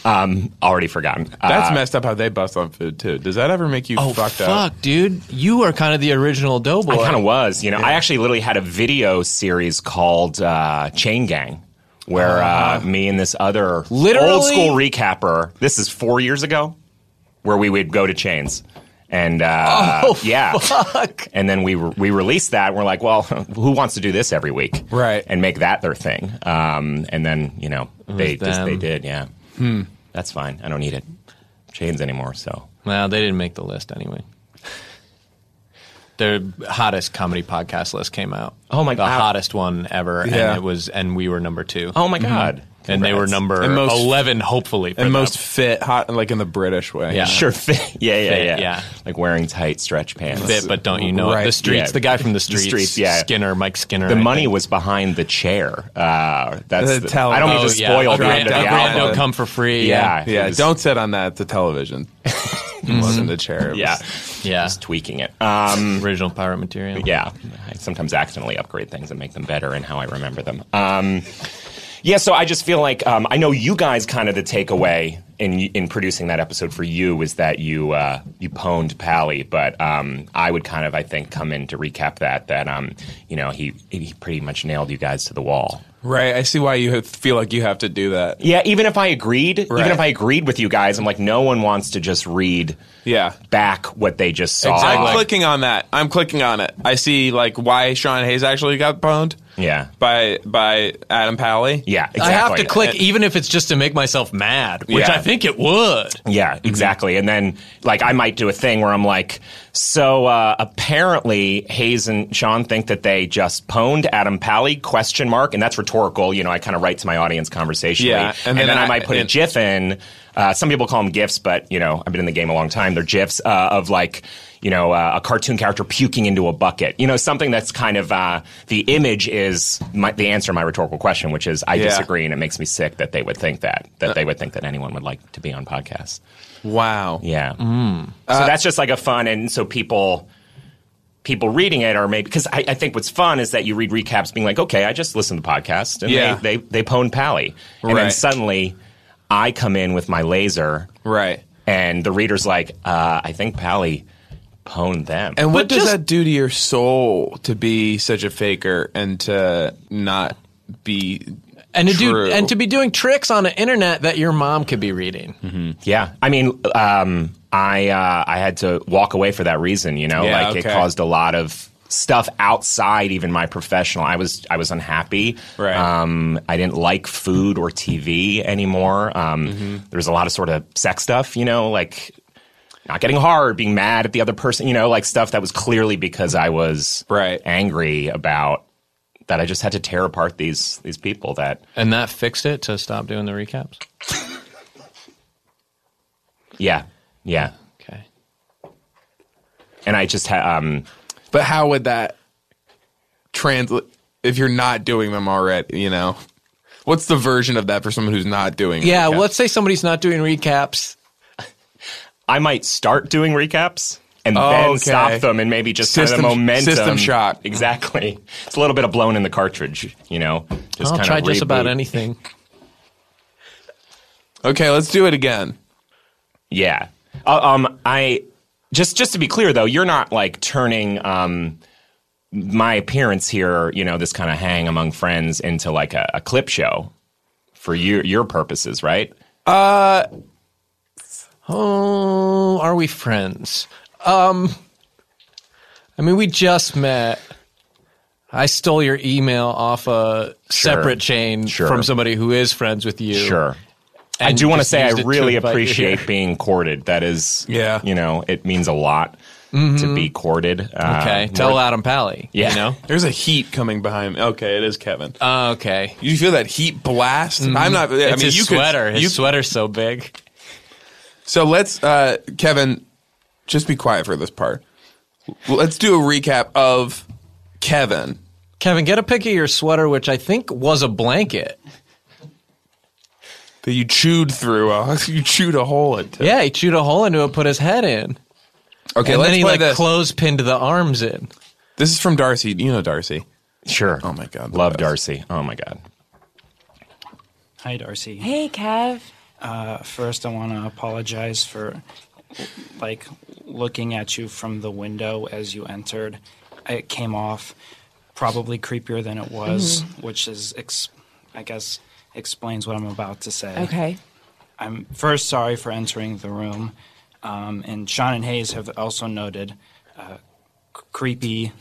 Speaker 4: Um, already forgotten.
Speaker 2: That's
Speaker 4: Uh,
Speaker 2: messed up how they bust on food too. Does that ever make you
Speaker 3: Oh
Speaker 2: fucked
Speaker 3: fuck,
Speaker 2: up?
Speaker 3: dude! You are kind of the original Doughboy.
Speaker 4: I kind of was. You know, I actually literally had a video series called uh, Chain Gang. Where uh, me and this other
Speaker 3: Literally-
Speaker 4: old school recapper, this is four years ago, where we would go to chains, and uh, yeah, and then we re- we released that. And we're like, well, who wants to do this every week,
Speaker 2: Right.
Speaker 4: And make that their thing. Um, and then you know they just, they
Speaker 3: them.
Speaker 4: did, yeah. That's fine. I don't need it chains anymore. So
Speaker 3: Well, they didn't make the list anyway. Their hottest comedy podcast list came out.
Speaker 4: Oh my
Speaker 3: the
Speaker 4: God.
Speaker 3: hottest one ever,
Speaker 2: Yeah.
Speaker 3: and it was, and we were number two.
Speaker 4: oh my god,
Speaker 3: and they were
Speaker 4: Congrats.
Speaker 3: number
Speaker 2: And most-
Speaker 3: eleven, hopefully. For
Speaker 2: And
Speaker 3: them.
Speaker 2: most fit, hot, like in the British way.
Speaker 3: Yeah.
Speaker 4: Sure, fit. Yeah,
Speaker 3: Uh,
Speaker 4: yeah,
Speaker 3: Fit,
Speaker 4: yeah,
Speaker 3: yeah.
Speaker 4: Like wearing tight stretch pants.
Speaker 3: fit, but don't you know it?
Speaker 2: Right,
Speaker 3: the streets?
Speaker 4: yeah.
Speaker 3: The guy from the streets,
Speaker 4: Streets, yeah.
Speaker 3: Skinner, Mike Skinner.
Speaker 4: the
Speaker 3: I
Speaker 4: money
Speaker 3: think.
Speaker 4: was behind the chair. Uh, that's
Speaker 2: The
Speaker 4: the-
Speaker 2: towel.
Speaker 4: I don't mean
Speaker 3: Oh,
Speaker 4: to
Speaker 3: yeah.
Speaker 4: spoil
Speaker 3: A
Speaker 4: the
Speaker 3: grand,
Speaker 4: end of
Speaker 3: a
Speaker 4: the
Speaker 3: grand
Speaker 4: album.
Speaker 3: don't come for free.
Speaker 4: Yeah,
Speaker 2: Yeah,
Speaker 4: it was-
Speaker 2: don't sit on that. It's a television. Listen to chair.
Speaker 4: Yeah, Mm.
Speaker 3: yeah.
Speaker 4: just tweaking it. Um,
Speaker 3: Original pirate material.
Speaker 4: yeah, I sometimes accidentally upgrade things and make them better in how I remember them. Um, Yeah, so I just feel like um, I know you guys kind of the takeaway in in producing that episode for you is that you uh, you pwned Pally, but um, I would kind of I think come in to recap that that um you know he he pretty much nailed you guys to the wall.
Speaker 2: Right. I see why you have- feel like you have to do that.
Speaker 4: Yeah, even if I agreed,
Speaker 2: Right.
Speaker 4: even if I agreed with you guys, I'm like no one wants to just read
Speaker 2: Yeah.
Speaker 4: back what they just saw.
Speaker 2: I'm clicking on that. I'm clicking on it. I see like why Sean Hayes actually got boned
Speaker 4: Yeah.
Speaker 2: by by Adam Pally.
Speaker 4: Yeah, exactly.
Speaker 3: I have to click, even if it's just to make myself mad, which
Speaker 4: Yeah.
Speaker 3: I think it would.
Speaker 4: Yeah, exactly. And then, like, I might do a thing where I'm like, so uh, apparently Hayes and Sean think that they just pwned Adam Pally, question mark, and that's rhetorical. You know, I kind of write to my audience conversationally.
Speaker 2: Yeah,
Speaker 4: and, then, I, might put a GIF in. Uh, some people call them GIFs, but, you know, I've been in the game a long time. They're GIFs uh, of, like, you know, uh, a cartoon character puking into a bucket. You know, something that's kind of uh, the image is my, the answer to my rhetorical question, which is I
Speaker 2: Yeah.
Speaker 4: disagree, and it makes me sick that they would think that that they would think that anyone would like to be on podcasts.
Speaker 2: Wow.
Speaker 4: Yeah.
Speaker 2: Mm.
Speaker 4: So
Speaker 2: Uh,
Speaker 4: that's just like a fun, and so people people reading it are maybe because I, I think what's fun is that you read recaps being like, okay, I just listened to the podcast, and
Speaker 2: Yeah.
Speaker 4: they they they pwned Pally, and then
Speaker 2: Right.
Speaker 4: suddenly I come in with my laser,
Speaker 2: Right.
Speaker 4: and the reader's like, uh, I think Pally pwned them.
Speaker 2: And what
Speaker 3: But
Speaker 2: does
Speaker 3: just-
Speaker 2: that do to your soul to be such a faker and to not be
Speaker 3: And to
Speaker 2: true?
Speaker 3: do and to be doing tricks on the internet that your mom could be reading.
Speaker 4: Hmm. Yeah, I mean, um, I uh, I had to walk away for that reason. You know,
Speaker 2: Yeah,
Speaker 4: like
Speaker 2: okay.
Speaker 4: it caused a lot of stuff outside even my professional. I was I was unhappy.
Speaker 2: Right.
Speaker 4: Um, I didn't like food or TV anymore. Um,
Speaker 2: Mm-hmm.
Speaker 4: There was a lot of sort of sex stuff. You know, like not getting hard, being mad at the other person. You know, like stuff that was clearly because I was
Speaker 2: Right.
Speaker 4: angry about that. I just had to tear apart these these people that.
Speaker 3: And that fixed it to stop doing the recaps.
Speaker 4: Yeah. Yeah.
Speaker 3: Okay.
Speaker 4: And I just had um,
Speaker 2: But how would that translate if you're not doing them already? You know, what's the version of that for someone who's not doing?
Speaker 3: Yeah,
Speaker 2: recaps?
Speaker 3: let's say somebody's not doing recaps.
Speaker 4: I might start doing recaps and then
Speaker 2: Oh, Okay.
Speaker 4: stop them and maybe just kind of the
Speaker 2: System-
Speaker 4: momentum.
Speaker 2: system shock.
Speaker 4: Exactly. It's a little bit of blown in the cartridge, you know. Just
Speaker 3: I'll
Speaker 4: kind
Speaker 3: try
Speaker 4: of
Speaker 3: just about
Speaker 4: reboot.
Speaker 3: anything.
Speaker 2: Okay, let's do it again.
Speaker 4: Yeah. Uh, um, I just just to be clear though, you're not like turning um my appearance here, you know, this kind of hang among friends into like a, a clip show for your your purposes, right?
Speaker 3: Oh, are we friends? Um, I mean, we just met. I stole your email off a
Speaker 4: Sure.
Speaker 3: separate chain
Speaker 4: Sure.
Speaker 3: from somebody who is friends with you.
Speaker 4: Sure. I
Speaker 3: and
Speaker 4: do want to
Speaker 3: just
Speaker 4: say I
Speaker 3: used it to
Speaker 4: really
Speaker 3: invite you
Speaker 4: appreciate
Speaker 3: here.
Speaker 4: being courted. That is,
Speaker 2: Yeah.
Speaker 4: you know, it means a lot to be courted. Uh,
Speaker 3: Mm-hmm. Okay,
Speaker 4: more-
Speaker 3: tell Adam Pally.
Speaker 4: Yeah.
Speaker 3: you know.
Speaker 2: There's a heat coming behind me. Okay, it is Kevin.
Speaker 3: Uh, okay,
Speaker 2: you feel that heat blast?
Speaker 3: Mm-hmm.
Speaker 2: I'm not. I mean,
Speaker 3: it's his
Speaker 2: you
Speaker 3: sweater.
Speaker 2: Could,
Speaker 3: his
Speaker 2: you-
Speaker 3: sweater's so big.
Speaker 2: So let's, uh, Kevin, just be quiet for this part. Let's do a recap of Kevin.
Speaker 3: Kevin, get a pic of your sweater, which I think was a blanket.
Speaker 2: That you chewed through, a, you chewed a hole into.
Speaker 3: Yeah, he chewed a hole into it, put his head in,
Speaker 2: Okay,
Speaker 3: and
Speaker 2: let's
Speaker 3: then he
Speaker 2: play
Speaker 3: like
Speaker 2: this.
Speaker 3: clothespined the arms in.
Speaker 2: this is from Darcy. You know Darcy.
Speaker 4: Sure.
Speaker 2: Oh my God, the
Speaker 4: Love
Speaker 2: best.
Speaker 4: Darcy. Oh my God.
Speaker 7: Hi, Darcy.
Speaker 8: Hey, Kev.
Speaker 7: Uh, first, I want to apologize for like looking at you from the window as you entered. It came off probably creepier than it was,
Speaker 8: Mm-hmm.
Speaker 7: which is, ex- I guess, explains what I'm about to say.
Speaker 8: Okay.
Speaker 7: I'm first sorry for entering the room, um, and Sean and Hayes have also noted uh, c- creepy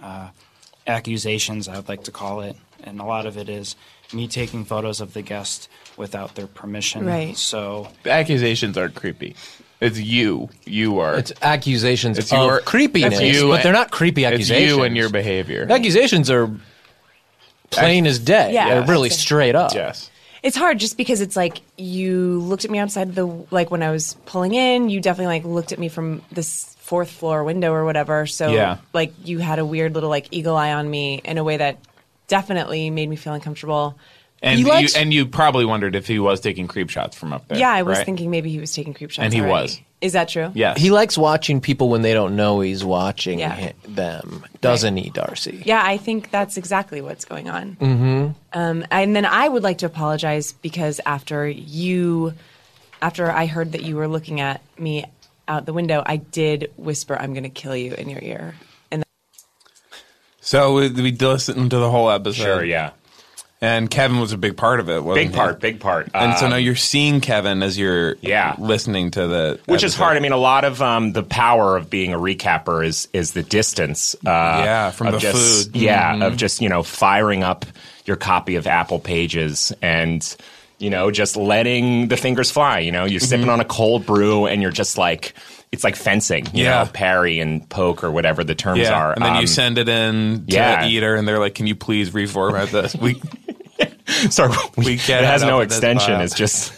Speaker 7: uh, accusations, I'd like to call it, and a lot of it is me taking photos of the guest without their permission.
Speaker 8: Right.
Speaker 7: So
Speaker 2: The accusations aren't creepy. It's you. You are.
Speaker 3: It's accusations
Speaker 2: It's
Speaker 3: of
Speaker 2: your-
Speaker 3: creepiness,
Speaker 2: That's you
Speaker 3: but
Speaker 2: and-
Speaker 3: they're not creepy
Speaker 2: it's
Speaker 3: accusations.
Speaker 2: you and your behavior.
Speaker 3: accusations are plain as day.
Speaker 8: Yeah.
Speaker 3: They're really
Speaker 8: Yes.
Speaker 3: straight up.
Speaker 2: Yes.
Speaker 8: It's hard just because it's like you looked at me outside the like when I was pulling in. You definitely like looked at me from this fourth floor window or whatever. So
Speaker 2: Yeah.
Speaker 8: like you had a weird little like eagle eye on me in a way that definitely made me feel uncomfortable.
Speaker 6: And
Speaker 8: He
Speaker 6: you,
Speaker 8: likes-
Speaker 6: and you probably wondered if he was taking creep shots from up there.
Speaker 8: Yeah, I was
Speaker 6: right?
Speaker 8: thinking maybe he was taking creep shots.
Speaker 6: And he
Speaker 8: already.
Speaker 6: was.
Speaker 8: Is that true?
Speaker 6: Yes.
Speaker 3: He likes watching people when they don't know he's watching
Speaker 8: Yeah.
Speaker 3: hi- them, doesn't he, Darcy?
Speaker 8: Yeah, I think that's exactly what's going on. Mm-hmm. Um, and then I would like to apologize because after you, after I heard that you were looking at me out the window, I did whisper, "I'm going to kill you" in your ear. And
Speaker 2: So we, we listened to the whole episode.
Speaker 4: Sure, yeah.
Speaker 2: And Kevin was a big part uh, of it. Wasn't
Speaker 4: Big
Speaker 2: he?
Speaker 4: part, big part.
Speaker 2: And so
Speaker 4: Um,
Speaker 2: now you're seeing Kevin as you're
Speaker 4: Yeah.
Speaker 2: listening to the
Speaker 4: which is
Speaker 2: episode.
Speaker 4: hard. I mean, a lot of um, the power of being a recapper is is the distance. Uh,
Speaker 2: Yeah, from
Speaker 4: of
Speaker 2: the
Speaker 4: just,
Speaker 2: food. Mm-hmm.
Speaker 4: Yeah, of just you know firing up your copy of Apple Pages and you know just letting the fingers fly. You know, you're
Speaker 2: Mm-hmm.
Speaker 4: sipping on a cold brew and you're just like it's like fencing. You
Speaker 2: Yeah.
Speaker 4: know, parry and poke or whatever the terms
Speaker 2: Yeah,
Speaker 4: are.
Speaker 2: and then you
Speaker 4: Um,
Speaker 2: send it in to
Speaker 4: yeah.
Speaker 2: the eater, and they're like, "Can you please reformat this?" We
Speaker 4: sorry, we,
Speaker 2: We get
Speaker 4: it has
Speaker 2: it
Speaker 4: no
Speaker 2: up in this
Speaker 4: extension.
Speaker 2: file.
Speaker 4: It's just,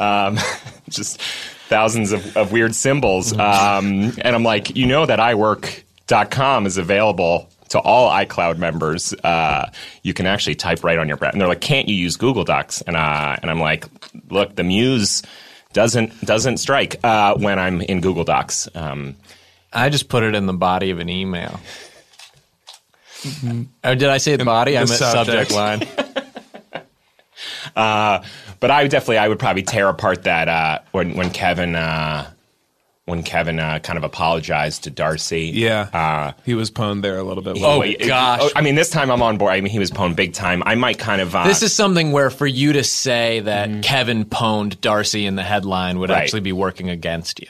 Speaker 4: um, just thousands of, of weird symbols.
Speaker 2: Mm-hmm.
Speaker 4: Um, and I'm like, you know that iWork.com is available to all iCloud members. Uh, you can actually type right on your browser. And they're like, can't you use Google Docs? And uh, and I'm like, look, the muse doesn't doesn't strike uh, when I'm in Google Docs. Um,
Speaker 3: I just put it in the body of an email. Oh, did I say the body? I
Speaker 2: Mm-hmm. the
Speaker 3: meant subject,
Speaker 2: subject.
Speaker 3: line.
Speaker 4: but I would definitely I would probably tear apart that uh, when when Kevin uh, when Kevin uh, kind of apologized to Darcy. Uh,
Speaker 2: yeah, he was pwned there a little bit.
Speaker 4: Oh
Speaker 2: Wait,
Speaker 3: Uh, gosh.
Speaker 4: I mean, this time I'm on board. I mean, he was pwned big time. I might kind of uh,
Speaker 3: This is something where for you to say that Kevin pwned Darcy in the headline would
Speaker 4: Right.
Speaker 3: actually be working against you.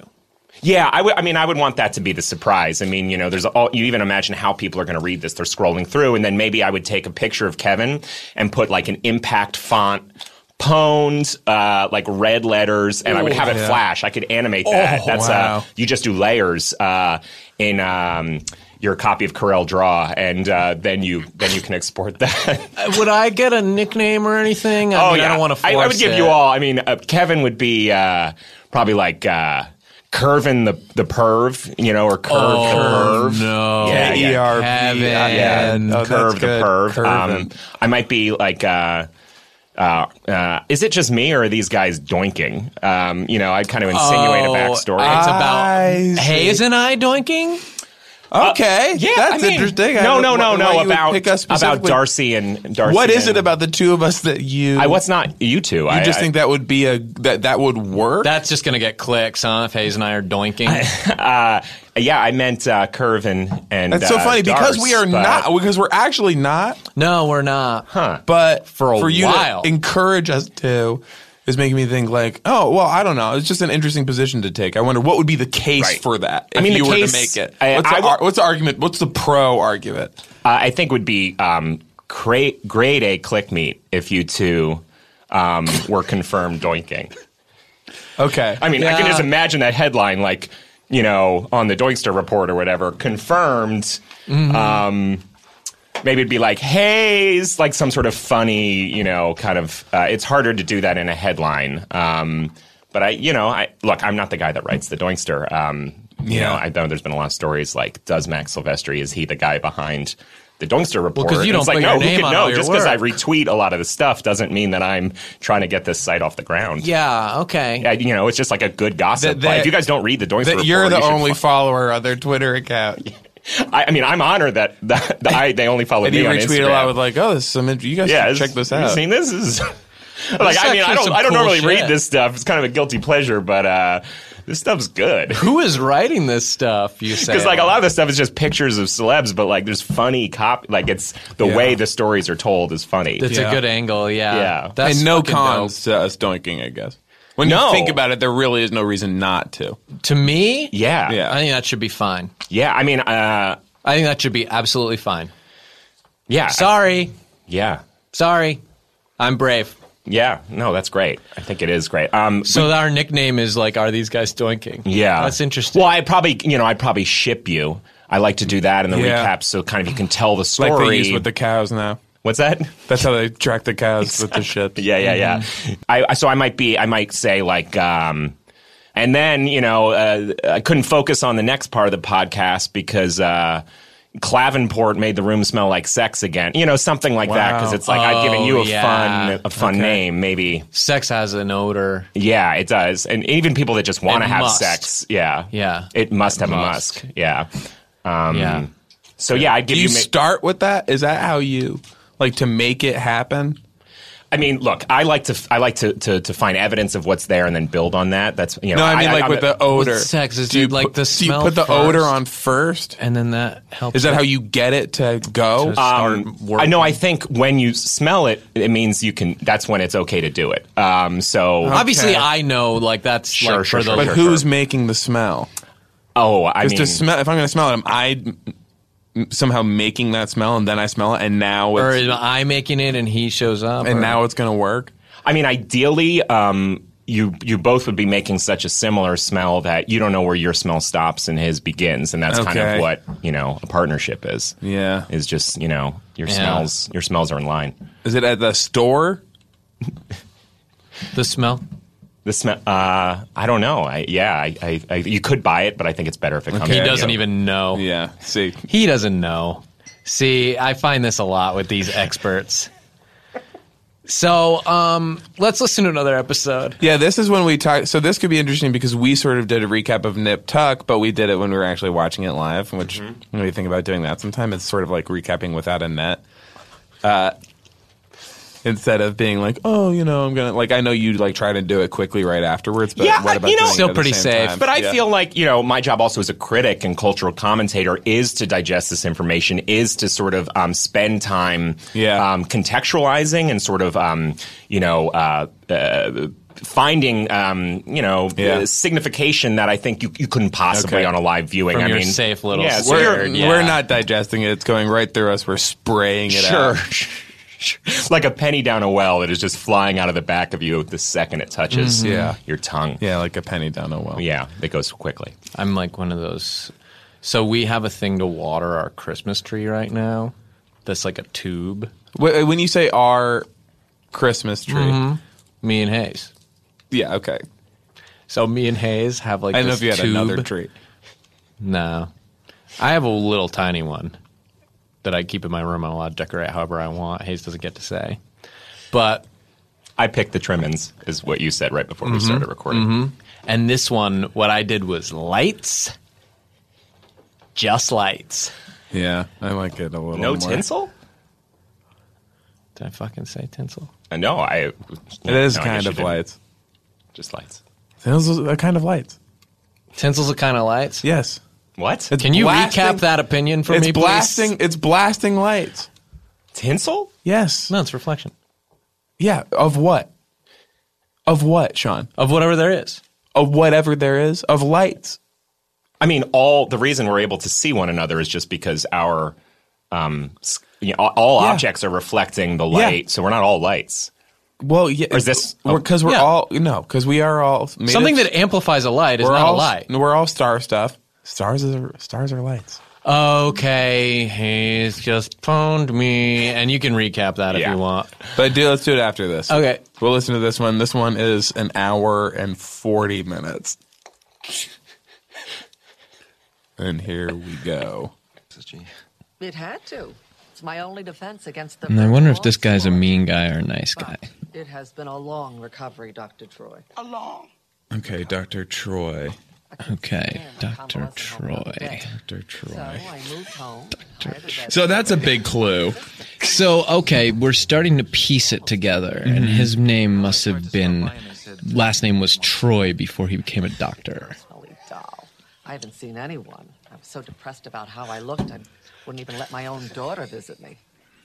Speaker 4: yeah. I would. I mean, I would want that to be the surprise. I mean, you know, there's all you even imagine how people are going to read this. They're scrolling through, and then maybe I would take a picture of Kevin and put like an impact font. Pwned, uh, like red letters, and I would have it flash. I could animate
Speaker 3: Oh,
Speaker 4: that. That's uh,
Speaker 2: wow.
Speaker 4: you just do layers uh, in um, your copy of Corel Draw, and uh, then you then you can export that.
Speaker 3: Uh, Would I get a nickname or anything? I, mean, I don't want to force
Speaker 4: Oh, I, I would give
Speaker 3: it.
Speaker 4: you all. I mean, uh, Kevin would be uh, probably like uh, curving the the perv, you know, or curve
Speaker 2: Oh,
Speaker 4: the perv.
Speaker 3: No.
Speaker 4: Oh, Yeah, yeah.
Speaker 2: ERP,
Speaker 3: Kevin.
Speaker 4: Yeah, uh,
Speaker 3: Oh,
Speaker 2: that's
Speaker 4: curve the
Speaker 2: good.
Speaker 4: perv. Um,
Speaker 2: Curvin.
Speaker 4: I might be like. Uh, uh, uh, is it just me or are these guys doinking? Um, you know, I'd kind of insinuate
Speaker 3: Oh,
Speaker 4: a backstory.
Speaker 3: It's
Speaker 2: I
Speaker 3: about hey,
Speaker 2: see.
Speaker 3: isn't I doinking?
Speaker 2: Oh, okay,
Speaker 4: Uh, yeah,
Speaker 2: that's
Speaker 4: I mean,
Speaker 2: interesting. I
Speaker 4: No,
Speaker 2: don't- why- why
Speaker 4: no, no, no.
Speaker 2: you would
Speaker 4: about
Speaker 2: pick us
Speaker 4: about
Speaker 2: specifically.
Speaker 4: Darcy and Darcy.
Speaker 2: What is
Speaker 4: and-
Speaker 2: it about the two of us that you?
Speaker 4: I what's not you two?
Speaker 2: You
Speaker 4: I
Speaker 2: just
Speaker 4: I-
Speaker 2: think that would be a that that would work?
Speaker 3: That's just going to get clicks, huh? If Hayes and I are doinking.
Speaker 4: uh, Yeah, I meant uh, curve and and
Speaker 2: that's so
Speaker 4: uh,
Speaker 2: funny because
Speaker 4: Darce,
Speaker 2: we are
Speaker 4: but-
Speaker 2: not because we're actually not.
Speaker 3: no, we're not.
Speaker 2: But
Speaker 3: For a
Speaker 2: you
Speaker 3: while.
Speaker 2: to encourage us to is making me think like, oh well, I don't know. It's just an interesting position to take. I wonder what would be the case
Speaker 4: Right.
Speaker 2: for that.
Speaker 4: I
Speaker 2: If
Speaker 4: mean,
Speaker 2: you
Speaker 4: the
Speaker 2: were
Speaker 4: case-
Speaker 2: to make it.
Speaker 4: I-
Speaker 2: what's,
Speaker 4: I
Speaker 2: the, ar-
Speaker 4: would-
Speaker 2: what's the argument? What's the pro argument?
Speaker 4: Uh, I think would be um, cra- grade A click meet if you two um, were confirmed doinking.
Speaker 2: Okay.
Speaker 4: I mean, I can
Speaker 3: Yeah.
Speaker 4: just imagine that headline, like you know, on the Doinkster report or whatever, confirmed.
Speaker 3: Mm-hmm.
Speaker 4: Um, maybe it'd be like Hayes, like some sort of funny, you know, kind of. Uh, it's harder to do that in a headline. Um, but I, you know, I look. I'm not the guy that writes the Doinkster. Um, you
Speaker 2: Yeah.
Speaker 4: know, I know there's been a lot of stories like, does Max Silvestri is he the guy behind? The Doinkster report.
Speaker 3: 'cause you
Speaker 4: And it's
Speaker 3: don't
Speaker 4: like,
Speaker 3: put
Speaker 4: no,
Speaker 3: your
Speaker 4: who
Speaker 3: name
Speaker 4: could
Speaker 3: on
Speaker 4: know?
Speaker 3: all your
Speaker 4: Just because I
Speaker 3: work.
Speaker 4: retweet a lot of the stuff doesn't mean that I'm trying to get this site off the ground.
Speaker 3: Yeah. Okay.
Speaker 4: Yeah, you know, it's just like a good gossip.
Speaker 2: That- that-
Speaker 4: Like, if you guys don't read the Doinks
Speaker 2: that
Speaker 4: report,
Speaker 2: you're the
Speaker 4: you should
Speaker 2: only
Speaker 4: fo-
Speaker 2: follower on their Twitter account.
Speaker 4: I, I mean, I'm honored that, that, that I, they only follow
Speaker 2: And
Speaker 4: me
Speaker 2: you
Speaker 4: on
Speaker 2: retweet
Speaker 4: Instagram.
Speaker 2: a lot with like, oh, this is some. int- You guys
Speaker 4: yeah,
Speaker 2: should
Speaker 4: it's-
Speaker 2: check this
Speaker 4: have you
Speaker 2: out.
Speaker 4: seen this? This is like, I
Speaker 3: actually
Speaker 4: mean, I don't,
Speaker 3: some
Speaker 4: I don't
Speaker 3: cool
Speaker 4: normally
Speaker 3: shit.
Speaker 4: read this stuff. It's kind of a guilty pleasure, but uh, this stuff's good.
Speaker 3: Who is writing this stuff? You say
Speaker 4: Because like a lot of this stuff is just pictures of celebs, but like there's funny cop. Like it's the
Speaker 2: Yeah.
Speaker 4: way the stories are told is funny.
Speaker 3: That's a
Speaker 2: Yeah.
Speaker 3: good angle. Yeah.
Speaker 4: Yeah.
Speaker 3: That's
Speaker 2: and no
Speaker 3: fucking
Speaker 2: cons to us doinking, I guess. When
Speaker 4: No.
Speaker 2: you think about it, there really is no reason not to.
Speaker 3: dope. To me,
Speaker 4: yeah,
Speaker 2: Yeah.
Speaker 3: I think that should be fine.
Speaker 4: yeah. I mean, uh,
Speaker 3: I think that should be absolutely fine.
Speaker 4: yeah,
Speaker 3: Sorry.
Speaker 4: yeah,
Speaker 3: Sorry. I'm brave.
Speaker 4: yeah. No, that's great. I think it is great. Um,
Speaker 3: So our nickname is like, are these guys doinking?
Speaker 4: Yeah,
Speaker 3: That's interesting.
Speaker 4: Well, I probably you know I probably ship you. I like to do that in the
Speaker 2: Yeah.
Speaker 4: recaps, so kind of you can tell the story.
Speaker 2: Like they use with the cows now.
Speaker 4: What's that?
Speaker 2: That's how they track the cows with the ship.
Speaker 4: Yeah, yeah, yeah.
Speaker 3: Mm-hmm.
Speaker 4: I, I so I might be I might say like. um and then you know uh, I couldn't focus on the next part of the podcast because uh, Clavinport made the room smell like sex again. You know, something like that because it's like I've given you
Speaker 3: Oh,
Speaker 4: a
Speaker 3: yeah.
Speaker 4: fun a fun
Speaker 3: Okay.
Speaker 4: name maybe.
Speaker 3: Sex has an odor.
Speaker 4: Yeah, it does. And even people that just want
Speaker 3: It
Speaker 4: to have
Speaker 3: must.
Speaker 4: sex, yeah.
Speaker 3: Yeah.
Speaker 4: It must have
Speaker 3: must.
Speaker 4: a musk. Yeah. Um
Speaker 3: Yeah.
Speaker 4: so yeah, I'd give
Speaker 2: Mm. Do you
Speaker 4: you ma-
Speaker 2: start with that? Is that how you like to make it happen?
Speaker 4: I mean, look, I like to I like to, to to find evidence of what's there and then build on that. That's you know.
Speaker 2: No, I mean like
Speaker 4: I'm
Speaker 2: with
Speaker 4: a-
Speaker 2: the odor.
Speaker 3: sex, is it like
Speaker 2: put-
Speaker 3: the
Speaker 2: Do
Speaker 3: smell
Speaker 2: you put the
Speaker 3: first?
Speaker 2: odor on first?
Speaker 3: And then that helps.
Speaker 2: Is that
Speaker 3: it.
Speaker 2: how you get it to go?
Speaker 3: To-
Speaker 4: Um, I know. I think when you smell it, it means you can. That's when it's okay to do it. Um, so
Speaker 3: Obviously, I know like that's
Speaker 4: Sure,
Speaker 3: like
Speaker 4: sure,
Speaker 3: for the
Speaker 4: sure,
Speaker 2: but
Speaker 4: sure.
Speaker 2: who's making the smell?
Speaker 4: oh, I
Speaker 2: Because
Speaker 4: mean,
Speaker 2: to smell, if I'm going to smell it, am I m- somehow making that smell and then I smell it and now
Speaker 3: or
Speaker 2: it's,
Speaker 3: am I making it and he shows up
Speaker 2: and
Speaker 3: or-
Speaker 2: now it's going to work?
Speaker 4: I mean, ideally, um, you you both would be making such a similar smell that you don't know where your smell stops and his begins, and that's kind
Speaker 2: Okay.
Speaker 4: of what you know a partnership is.
Speaker 2: Yeah.
Speaker 4: is just you know your
Speaker 3: Yeah.
Speaker 4: smells your smells are in line.
Speaker 2: Is it at the store?
Speaker 3: the smell.
Speaker 4: The smell. Uh, I don't know. I yeah. I, I, I you could buy it, but I think it's better if it comes.
Speaker 3: He
Speaker 4: from
Speaker 3: doesn't
Speaker 4: you.
Speaker 3: even know.
Speaker 2: Yeah. See,
Speaker 3: He doesn't know. See, I find this a lot with these experts. So, um, let's listen to another episode.
Speaker 2: Yeah, this is when we talk. So this could be interesting because we sort of did a recap of Nip Tuck, but we did it when we were actually watching it live. Which when we think about doing that, sometime it's sort of like recapping without a net. Uh, instead of being like, oh, you know, I'm gonna like I know you like try to do it quickly right afterwards, but
Speaker 4: Yeah,
Speaker 2: what about
Speaker 4: you know-
Speaker 2: doing it
Speaker 3: Still
Speaker 2: at the
Speaker 3: pretty
Speaker 2: same
Speaker 3: safe,
Speaker 2: time?
Speaker 4: But I
Speaker 2: Yeah.
Speaker 4: feel like, you know, my job also as a critic and cultural commentator is to digest this information, is to sort of um, spend time
Speaker 2: Yeah.
Speaker 4: um, contextualizing and sort of, um, you know, uh, uh, finding, um, you know,
Speaker 2: Yeah.
Speaker 4: uh, signification that I think you, you couldn't possibly
Speaker 2: Okay.
Speaker 4: on a live viewing.
Speaker 3: From
Speaker 4: I
Speaker 3: your
Speaker 4: mean,
Speaker 3: safe little
Speaker 4: yeah, so
Speaker 2: we're,
Speaker 4: you're-
Speaker 2: we're not digesting it; it's going right through us. We're spraying it
Speaker 4: Sure.
Speaker 2: out.
Speaker 4: like a penny down a well that is just flying out of the back of you the second it touches
Speaker 2: Yeah.
Speaker 4: your tongue.
Speaker 2: Mm-hmm. Yeah, like a penny down a well.
Speaker 4: Yeah, it goes quickly.
Speaker 3: I'm like one of those. So we have a thing to water our Christmas tree right now. That's like a tube.
Speaker 2: Wh- When you say our Christmas tree,
Speaker 4: Mm-hmm.
Speaker 3: Me and Hayes.
Speaker 2: yeah, okay.
Speaker 3: So me and Hayes have like
Speaker 2: I don't know
Speaker 3: this
Speaker 2: if you had
Speaker 3: tube.
Speaker 2: another tree.
Speaker 3: No. I have a little tiny one that I keep in my room. I'm allowed to decorate however I want. Hayes doesn't get to say. But
Speaker 4: I picked the trimmings, is what you said right before
Speaker 2: Mm-hmm.
Speaker 4: we started recording.
Speaker 3: and this one, what I did was lights. Just lights.
Speaker 2: Yeah, I like it a little.
Speaker 4: No
Speaker 2: more.
Speaker 4: tinsel?
Speaker 3: Did I fucking say tinsel?
Speaker 4: Uh, no, I.
Speaker 2: It is
Speaker 4: no, I guess
Speaker 2: kind
Speaker 4: you
Speaker 2: of
Speaker 4: didn't.
Speaker 2: lights.
Speaker 4: Just lights.
Speaker 2: Those are kind of lights.
Speaker 3: Tinsel's the kind of lights.
Speaker 2: Yes.
Speaker 4: What?
Speaker 3: Can you
Speaker 2: Blasting-
Speaker 3: recap that opinion for
Speaker 2: it's
Speaker 3: me, please?
Speaker 2: blasting. It's blasting lights.
Speaker 4: tinsel?
Speaker 2: Yes.
Speaker 3: No, it's reflection
Speaker 2: Yeah. Of what? Of what, Sean?
Speaker 3: of whatever there is.
Speaker 2: Of whatever there is. Of lights.
Speaker 4: I mean, all the reason we're able to see one another is just because our, um, s- you know, all- all
Speaker 2: Yeah.
Speaker 4: objects are reflecting the light, so we're not all lights.
Speaker 2: Well, yeah.
Speaker 4: is this-
Speaker 2: because we're,
Speaker 3: Yeah.
Speaker 2: all no? Because we are all made
Speaker 3: Something
Speaker 2: of-
Speaker 3: that amplifies a light is
Speaker 2: we're
Speaker 3: not
Speaker 2: all
Speaker 3: a light.
Speaker 2: We're all star stuff. Stars are stars are lights.
Speaker 3: Okay, Hayes just phoned me, and you can recap that if
Speaker 4: Yeah.
Speaker 3: you want.
Speaker 2: But do let's do it after this.
Speaker 3: Okay.
Speaker 2: We'll listen to this one. This one is an hour and forty minutes. and here we go.
Speaker 9: It had to. It's my only defense against the.
Speaker 3: And I
Speaker 9: French
Speaker 3: wonder if
Speaker 9: Wall
Speaker 3: this guy's a
Speaker 9: Street.
Speaker 3: mean guy or a nice guy.
Speaker 9: But It has been a long recovery, Dr. Troy.
Speaker 5: Okay, Dr. Troy.
Speaker 3: Okay,
Speaker 9: Yeah,
Speaker 3: Dr.
Speaker 9: convalescent home health
Speaker 3: Troy.
Speaker 9: day.
Speaker 5: Dr.
Speaker 9: So
Speaker 5: Troy.
Speaker 9: I moved home. hired a bed-
Speaker 5: So that's a big clue.
Speaker 3: So, okay, we're starting to piece it together, and his name must have been. Last name was Troy before he became a doctor.
Speaker 9: Smelly doll. I haven't seen anyone. I was so depressed about how I looked, I wouldn't even let my own daughter visit me.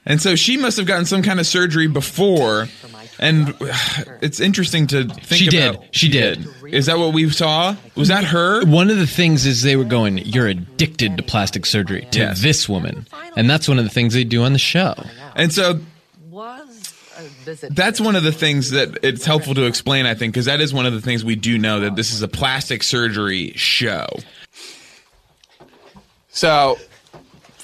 Speaker 5: And so she must have gotten some kind of surgery before. And it's interesting to think
Speaker 3: She did.
Speaker 5: about.
Speaker 3: She did.
Speaker 5: Is that what we saw? Was that her?
Speaker 3: One of the things is they were going, You're addicted to plastic surgery to
Speaker 5: Yes.
Speaker 3: this woman. And that's one of the things they do on the show.
Speaker 5: And so
Speaker 9: Was a visit.
Speaker 5: that's one of the things that it's helpful to explain, I think, because that is one of the things we do know that this is a plastic surgery show.
Speaker 2: So,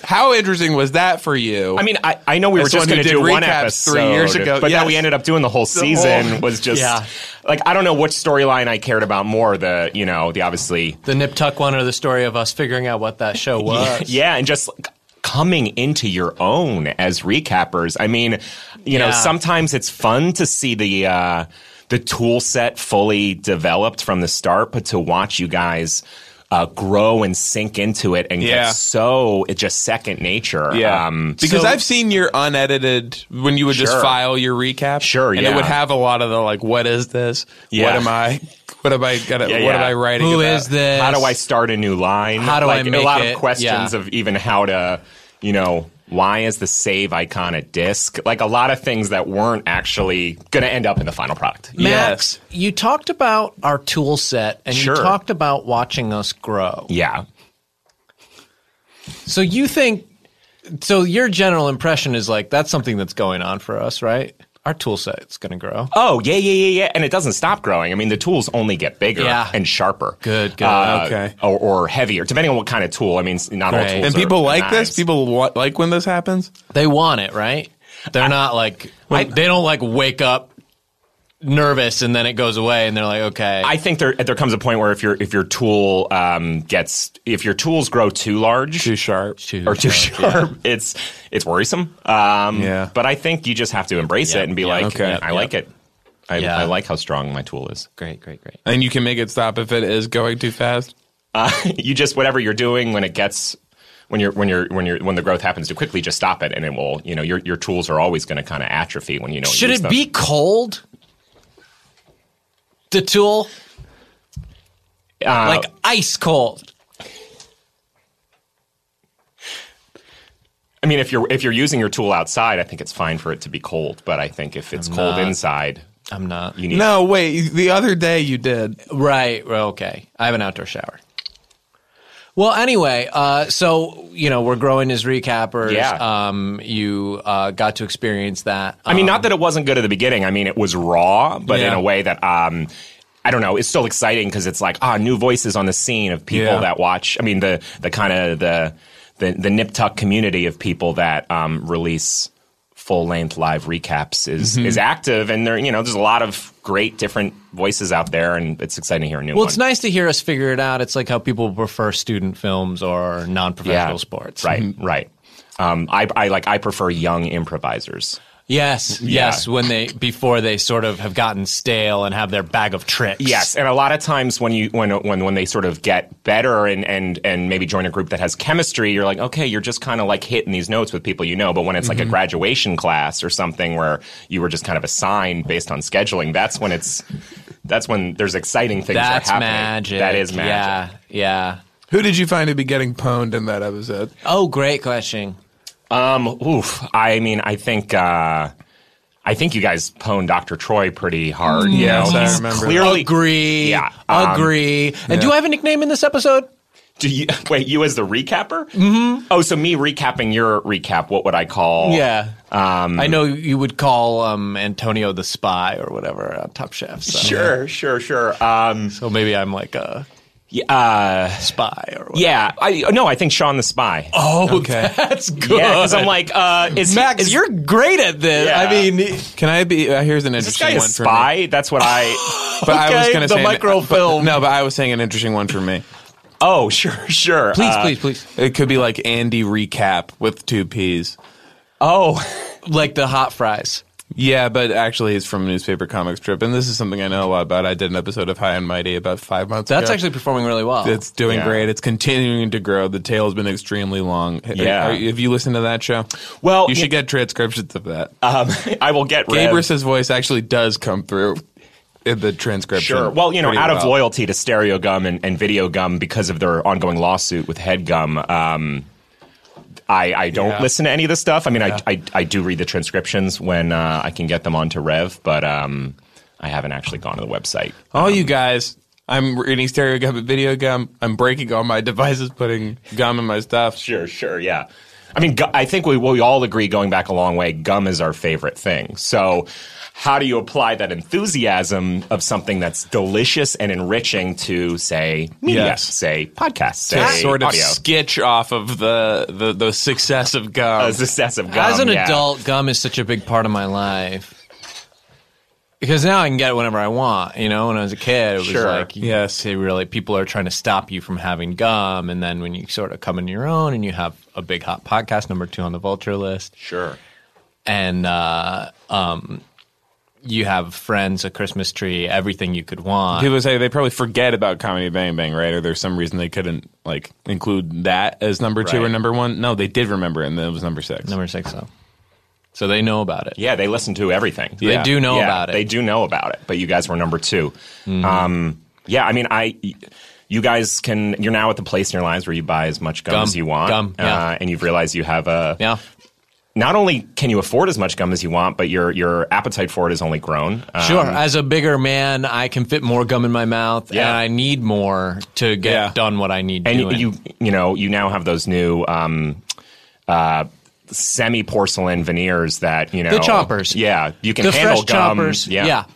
Speaker 2: how interesting was that for you?
Speaker 4: I mean, I, I know we
Speaker 2: As
Speaker 4: were just
Speaker 2: someone who
Speaker 4: going to
Speaker 2: did
Speaker 4: do one
Speaker 2: recaps
Speaker 4: episode
Speaker 2: three years ago,
Speaker 4: but
Speaker 2: yes.
Speaker 4: then we ended up doing the whole season.
Speaker 2: whole-
Speaker 4: was just
Speaker 3: Yeah.
Speaker 4: like I don't know which storyline I cared about more. The you know the obviously
Speaker 3: The Nip Tuck one or the story of us figuring out what that show was.
Speaker 4: Yeah, and just coming into your own as recappers. I mean, you know,
Speaker 3: Yeah.
Speaker 4: sometimes it's fun to see the uh, the tool set fully developed from the start, but to watch you guys. Uh, grow and sink into it and
Speaker 2: Yeah.
Speaker 4: get so it just second nature.
Speaker 2: Yeah. Um, because
Speaker 4: Um, so-
Speaker 2: I've seen your unedited when you would just
Speaker 4: Sure.
Speaker 2: file your recap.
Speaker 4: Sure,
Speaker 2: and it
Speaker 4: yeah.
Speaker 2: would have a lot of the like, what is this?
Speaker 4: Yeah.
Speaker 2: What am I? What am I gonna?
Speaker 4: Yeah,
Speaker 2: what
Speaker 4: yeah.
Speaker 2: am I writing?
Speaker 4: Who
Speaker 2: Who
Speaker 4: is
Speaker 2: is
Speaker 3: this?
Speaker 4: How do I start a new line?
Speaker 3: How do
Speaker 4: like,
Speaker 3: I make
Speaker 4: a lot
Speaker 3: it?
Speaker 4: of questions
Speaker 3: Yeah.
Speaker 4: of even how to, you know, why is the save icon a disk? Like a lot of things that weren't actually going to end up in the final product.
Speaker 3: Max, you talked about our tool set and
Speaker 4: Sure.
Speaker 3: you talked about watching us grow.
Speaker 4: Yeah.
Speaker 3: So you think so your general impression is like that's something that's going on for us, right? Our tool set's going to grow.
Speaker 4: Oh, yeah, yeah, yeah, yeah. And it doesn't stop growing. I mean, the tools only get bigger
Speaker 3: Yeah.
Speaker 4: and sharper. Good,
Speaker 3: good. Okay.
Speaker 4: Or, or heavier, depending on what kind of tool. I mean, s- not all tools
Speaker 2: And
Speaker 4: are
Speaker 2: people like
Speaker 4: knives.
Speaker 2: this. People wa- like when this happens.
Speaker 3: They want it, right? They're not like they don't like wake up nervous and then it goes away and they're like, "Okay,
Speaker 4: I think there there comes a point where if your if your tool um, gets if your tools grow too large, too
Speaker 2: sharp,
Speaker 4: or too
Speaker 2: sharp,
Speaker 4: sharp, it's it's worrisome. Um,
Speaker 2: Yeah.
Speaker 4: But I think you just have to embrace
Speaker 2: Yep,
Speaker 4: it and be
Speaker 2: yep,
Speaker 4: like,
Speaker 2: okay.
Speaker 4: I
Speaker 2: yep.
Speaker 4: like it. I,
Speaker 2: Yeah.
Speaker 4: I like how strong my tool is. Great, great, great.
Speaker 2: And you can make it stop if it is going too fast.
Speaker 4: Uh, you just whatever you're doing when it gets when you're when you're when you're when the growth happens too quickly, just stop it, and it will. You know, your your tools are always going to kind of atrophy when Oh, you know.
Speaker 3: should it be cold?" The tool
Speaker 4: Uh,
Speaker 3: like ice cold.
Speaker 4: I mean, if you're if you're using your tool outside, I think it's fine for it to be cold. But I think if it's
Speaker 3: I'm
Speaker 4: cold
Speaker 3: not-
Speaker 4: inside,
Speaker 3: I'm not.
Speaker 4: You need
Speaker 2: No, wait. The other day you did.
Speaker 3: Right. Well, okay. I have an outdoor shower. Well, anyway, uh, so you know we're growing as recappers.
Speaker 4: Yeah.
Speaker 3: Um, you uh, got to experience that. Um,
Speaker 4: I mean, not that it wasn't good at the beginning. I mean, it was raw, but in
Speaker 3: Yeah.
Speaker 4: a way that um, I don't know. It's still exciting because it's like ah, new voices on the scene of people
Speaker 3: Yeah.
Speaker 4: that watch. I mean, the the kind of the the the nip tuck community of people that um, release full length live recaps is
Speaker 3: Mhm.
Speaker 4: is active, and there you know there's a lot of great different voices out there, and it's exciting to hear a new
Speaker 3: Well,
Speaker 4: one.
Speaker 3: it's nice to hear us figure it out. It's like how people prefer student films or non-professional sports.
Speaker 4: right, right. Um, I, I like I prefer young improvisers.
Speaker 3: Yes.
Speaker 4: Yeah.
Speaker 3: Yes. When they before they sort of have gotten stale and have their bag of tricks.
Speaker 4: Yes, and a lot of times when you when when when they sort of get better and and and maybe join a group that has chemistry, you're like, okay, you're just kind of like hitting these notes with people you know. But when it's like a
Speaker 3: Mhm.
Speaker 4: graduation class or something where you were just kind of assigned based on scheduling, that's when it's that's when there's exciting things
Speaker 3: That's
Speaker 4: that are happening.
Speaker 3: magic.
Speaker 4: That is magic.
Speaker 3: Yeah. Yeah.
Speaker 2: Who did you find to be getting pwned in that episode?
Speaker 3: Oh, great question.
Speaker 4: Um, oof. I mean, I think. Uh, I think you guys pwned Dr. Troy pretty hard. you
Speaker 3: Yes,
Speaker 4: know?
Speaker 3: I
Speaker 4: He's
Speaker 3: remember.
Speaker 4: Clearly,
Speaker 3: agree.
Speaker 4: Yeah, um,
Speaker 3: Agree. And do I have a nickname in this episode?
Speaker 4: Do you wait? You as the recapper? Mm-hmm. Oh, so me recapping your recap. What would I call?
Speaker 3: Yeah.
Speaker 4: Oh, Um,
Speaker 3: I know you would call um, Antonio the spy or whatever on Top Chef. so-
Speaker 2: Uh-huh.
Speaker 4: Sure, sure, sure. Um,
Speaker 3: so maybe I'm like a
Speaker 4: uh,
Speaker 3: spy or whatever.
Speaker 4: Yeah. I no. I think Sean the spy.
Speaker 3: Oh, okay. That's good.
Speaker 4: Yeah, 'cause I'm like, uh, is
Speaker 3: Max? you're great at this.
Speaker 4: Yeah.
Speaker 3: I mean,
Speaker 2: Can I be? Uh, here's an
Speaker 4: Is
Speaker 2: interesting
Speaker 4: this guy a
Speaker 2: one for
Speaker 4: spy? That's what I.
Speaker 2: me. But I was going to say
Speaker 3: microfilm.
Speaker 2: no, but I was saying an interesting one for me.
Speaker 4: Oh, sure, sure.
Speaker 2: Please,
Speaker 4: Uh,
Speaker 2: please,
Speaker 3: please.
Speaker 2: It could be like Andy recap with two P's.
Speaker 4: Oh,
Speaker 3: like the hot fries.
Speaker 2: Yeah, but actually, it's from a newspaper comic strip, and this is something I know a lot about. I did an episode of High and Mighty about five months ago.
Speaker 3: that's actually performing really well.
Speaker 2: It's doing
Speaker 3: Yeah.
Speaker 2: great. It's continuing to grow. The tail's been extremely long. H-
Speaker 3: Yeah.
Speaker 2: are- have you listened to that show?
Speaker 4: Well,
Speaker 2: you should get transcriptions of that.
Speaker 4: Um, I will get Rev-
Speaker 2: Gabrus's voice actually does come through in the transcription.
Speaker 4: Sure. Well, you know,
Speaker 2: pretty
Speaker 4: out of
Speaker 2: well.
Speaker 4: loyalty to Stereo Gum and, and Video Gum because of their ongoing lawsuit with Head Gum, um, I, I don't
Speaker 3: Yeah.
Speaker 4: listen to any of the stuff. I mean,
Speaker 3: Yeah.
Speaker 4: I, I, I do read the transcriptions when uh, I can get them onto Rev, but um, I haven't actually gone to the website.
Speaker 2: All you guys, I'm reading stereo gum and video gum. I'm breaking all my devices, putting gum in my stuff.
Speaker 4: Sure, sure, yeah. I mean, gu- I think we, we all agree going back a long way, gum is our favorite thing. So, how do you apply that enthusiasm of something that's delicious and enriching to, say, media,
Speaker 2: Yes.
Speaker 4: say, podcasts, say,
Speaker 2: to sort of
Speaker 4: audio?
Speaker 2: sketch off of the the, the success of gum.
Speaker 4: success of
Speaker 3: As an adult, gum is such a big part of my life. Because now I can get it whenever I want. You know, when I was a kid, it was
Speaker 2: Sure.
Speaker 3: like, yes, they really people are trying to stop you from having gum, and then when you sort of come into your own and you have a big hot podcast, number two on the vulture list,
Speaker 4: sure,
Speaker 3: and uh, um, you have friends, a Christmas tree, everything you could want.
Speaker 2: People say they probably forget about Comedy Bang Bang, right? Or there's some reason they couldn't like include that as number two or
Speaker 3: Right.
Speaker 2: number one. No, they did remember, it, and then it was number six.
Speaker 3: Number six, though. So they know about it.
Speaker 4: Yeah, they listen to everything.
Speaker 3: They do know about it. Mm-hmm.
Speaker 4: They do know about it. But you guys were number 2 Um, yeah, I mean, I. You guys can. You're now at the place in your lives where you buy as much gum,
Speaker 3: Gum.
Speaker 4: as you want,
Speaker 3: Gum, yeah.
Speaker 4: uh, and you've realized you have a.
Speaker 3: Yeah.
Speaker 4: Not only can you afford as much gum as you want, but your your appetite for it has only grown. Um,
Speaker 3: Sure. As a bigger man, I can fit more gum in my mouth,
Speaker 4: Yeah.
Speaker 3: and I need more to get
Speaker 4: Yeah.
Speaker 3: done what I need
Speaker 4: and
Speaker 3: doing.
Speaker 4: you you know you now have those new um, uh, semi porcelain veneers that you know
Speaker 3: The choppers.
Speaker 4: Yeah, you can
Speaker 3: the
Speaker 4: handle
Speaker 3: fresh
Speaker 4: gum.
Speaker 3: choppers.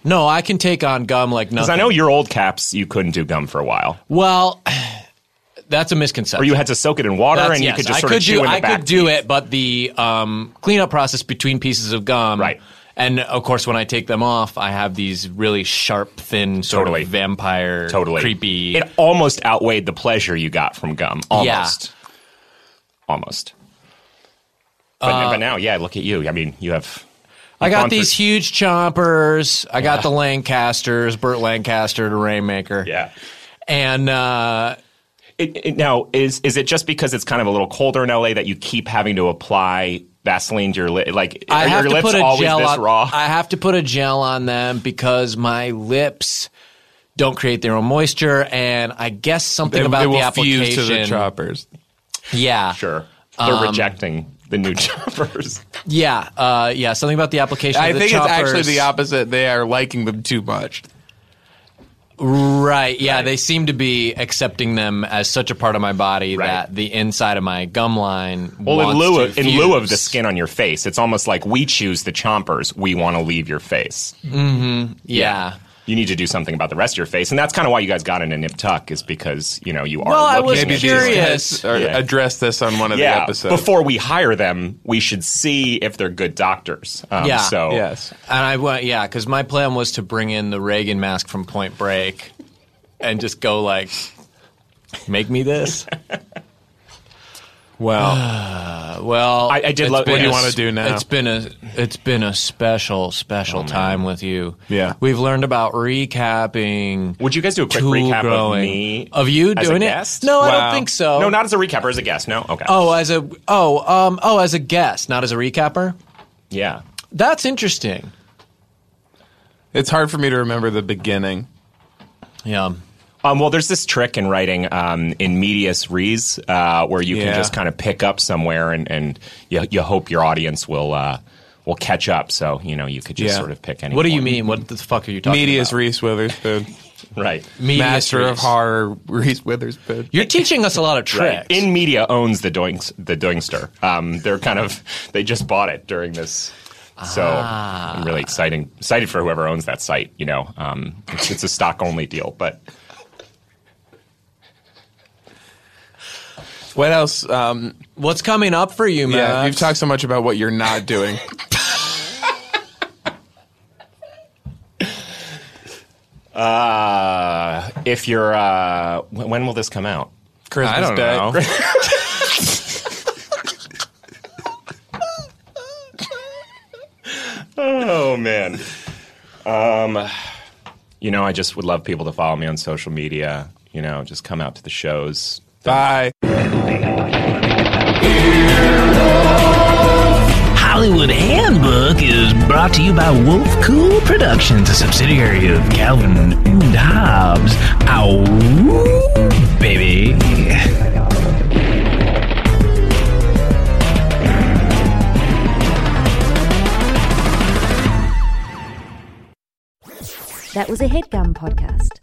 Speaker 3: No, I can take on gum like
Speaker 4: Because
Speaker 3: nothing.
Speaker 4: I know your old caps, you couldn't do gum for a while.
Speaker 3: Well, that's a misconception.
Speaker 4: Or you had to soak it in water
Speaker 3: That's-
Speaker 4: and you
Speaker 3: yes,
Speaker 4: could just
Speaker 3: I
Speaker 4: sort
Speaker 3: could
Speaker 4: of chew
Speaker 3: do,
Speaker 4: in the
Speaker 3: I
Speaker 4: back.
Speaker 3: could do it, but the um, cleanup process between pieces of gum. Right. And of course, when I take them off, I have these really sharp, thin, sort
Speaker 4: Totally.
Speaker 3: of vampire,
Speaker 4: totally.
Speaker 3: creepy.
Speaker 4: It almost outweighed the pleasure you got from gum. Almost. Almost. But,
Speaker 3: Uh,
Speaker 4: but now, yeah, look at you. I mean, you have.
Speaker 3: I
Speaker 4: you've
Speaker 3: got
Speaker 4: gone
Speaker 3: these
Speaker 4: through-
Speaker 3: huge chompers. I got
Speaker 4: Yeah.
Speaker 3: the Lancasters, Burt Lancaster to Rainmaker.
Speaker 4: Yeah.
Speaker 3: And uh,
Speaker 4: it, it- now, is is it just because it's kind of a little colder in LA that you keep having to apply Vaseline to your lip? Like,
Speaker 3: I
Speaker 4: are
Speaker 3: have
Speaker 4: your
Speaker 3: to
Speaker 4: lips
Speaker 3: put a
Speaker 4: always
Speaker 3: gel
Speaker 4: this
Speaker 3: on.
Speaker 4: raw?
Speaker 3: I have to put a gel on them because my lips don't create their own moisture, and I guess something
Speaker 2: They-
Speaker 3: about
Speaker 2: they
Speaker 3: the
Speaker 2: will
Speaker 3: application.
Speaker 2: fuse to the choppers.
Speaker 3: Yeah,
Speaker 4: sure. They're
Speaker 3: Um,
Speaker 4: rejecting the new choppers.
Speaker 3: Yeah, uh, yeah, something about the application.
Speaker 2: I
Speaker 3: of the
Speaker 2: think it's actually
Speaker 3: choppers.
Speaker 2: the opposite. They are liking them too much.
Speaker 3: Right. Yeah, they seem to be accepting them as such a part of my body
Speaker 4: Right.
Speaker 3: that the inside of my gum line.
Speaker 4: Well, in
Speaker 3: wants
Speaker 4: lieu
Speaker 3: to
Speaker 4: of, in lieu of
Speaker 3: fuse.
Speaker 4: the skin on your face, it's almost like we choose the chompers. We want to leave your face.
Speaker 3: Mm-hmm. Yeah.
Speaker 4: You need to do something about the rest of your face, and that's kind of why you guys got into Nip Tuck is because you know you are.
Speaker 3: Well, I
Speaker 4: looking
Speaker 3: was
Speaker 4: at these
Speaker 3: curious.
Speaker 4: guys.
Speaker 2: Or
Speaker 4: Yeah.
Speaker 2: address this on one of the
Speaker 4: Yeah,
Speaker 2: episodes.
Speaker 4: before we hire them, we should see if they're good doctors. Um,
Speaker 3: yeah.
Speaker 4: So
Speaker 3: And I went, yeah, because my plan was to bring in the Reagan mask from Point Break and just go like, make me this.
Speaker 2: Well,
Speaker 3: well,
Speaker 2: I- I did
Speaker 3: it's
Speaker 2: love- what
Speaker 3: been
Speaker 2: do you
Speaker 3: a
Speaker 2: wanna
Speaker 3: s-
Speaker 2: do now? Oh,
Speaker 3: It's been a it's been a special special time with you.
Speaker 2: Yeah.
Speaker 3: we've learned about recapping.
Speaker 4: Would you guys do a quick recap of me?
Speaker 3: of you
Speaker 4: as
Speaker 3: doing
Speaker 4: a
Speaker 3: it?
Speaker 4: guest?
Speaker 3: No, I don't think so.
Speaker 4: No, not as a recapper, as a guest. No, okay.
Speaker 3: Oh, as a oh um oh as a guest, not as a recapper.
Speaker 4: Yeah.
Speaker 3: That's interesting.
Speaker 2: It's hard for me to remember the beginning.
Speaker 3: Yeah.
Speaker 4: Um, well, there's this trick in writing um, in medias res, uh, where you
Speaker 2: Yeah.
Speaker 4: can just kind of pick up somewhere, and, and you, you hope your audience will uh, will catch up. So you know you could just
Speaker 2: Yeah.
Speaker 4: sort of pick any.
Speaker 3: What do you
Speaker 4: one.
Speaker 3: mean? What the fuck are you talking
Speaker 2: Medias
Speaker 3: about?
Speaker 2: Reese Witherspoon,
Speaker 4: Right.
Speaker 3: Medias
Speaker 2: master of
Speaker 3: res.
Speaker 2: horror, Reese Witherspoon.
Speaker 3: You're teaching us a lot of tricks.
Speaker 4: Right. In media owns the doinks, the doingster. Um, they're kind of they just bought it during this. So
Speaker 3: Ah.
Speaker 4: I'm really exciting, excited for whoever owns that site. You know, um, it's, it's a stock only deal, but
Speaker 2: What else? Um,
Speaker 3: What's coming up for you, man?
Speaker 2: yeah, you've talked so much about what you're not doing.
Speaker 4: uh, if you're, uh, when, when will this come out?
Speaker 2: Christmas
Speaker 6: I don't
Speaker 2: Day.
Speaker 6: know.
Speaker 4: Oh man. Um, you know, I just would love people to follow me on social media. You know, just come out to the shows.
Speaker 2: Bye.
Speaker 10: Hollywood Handbook is brought to you by Wolf Cool Productions, a subsidiary of Calvin and Hobbes. Ow, baby.
Speaker 11: That was a headgum podcast.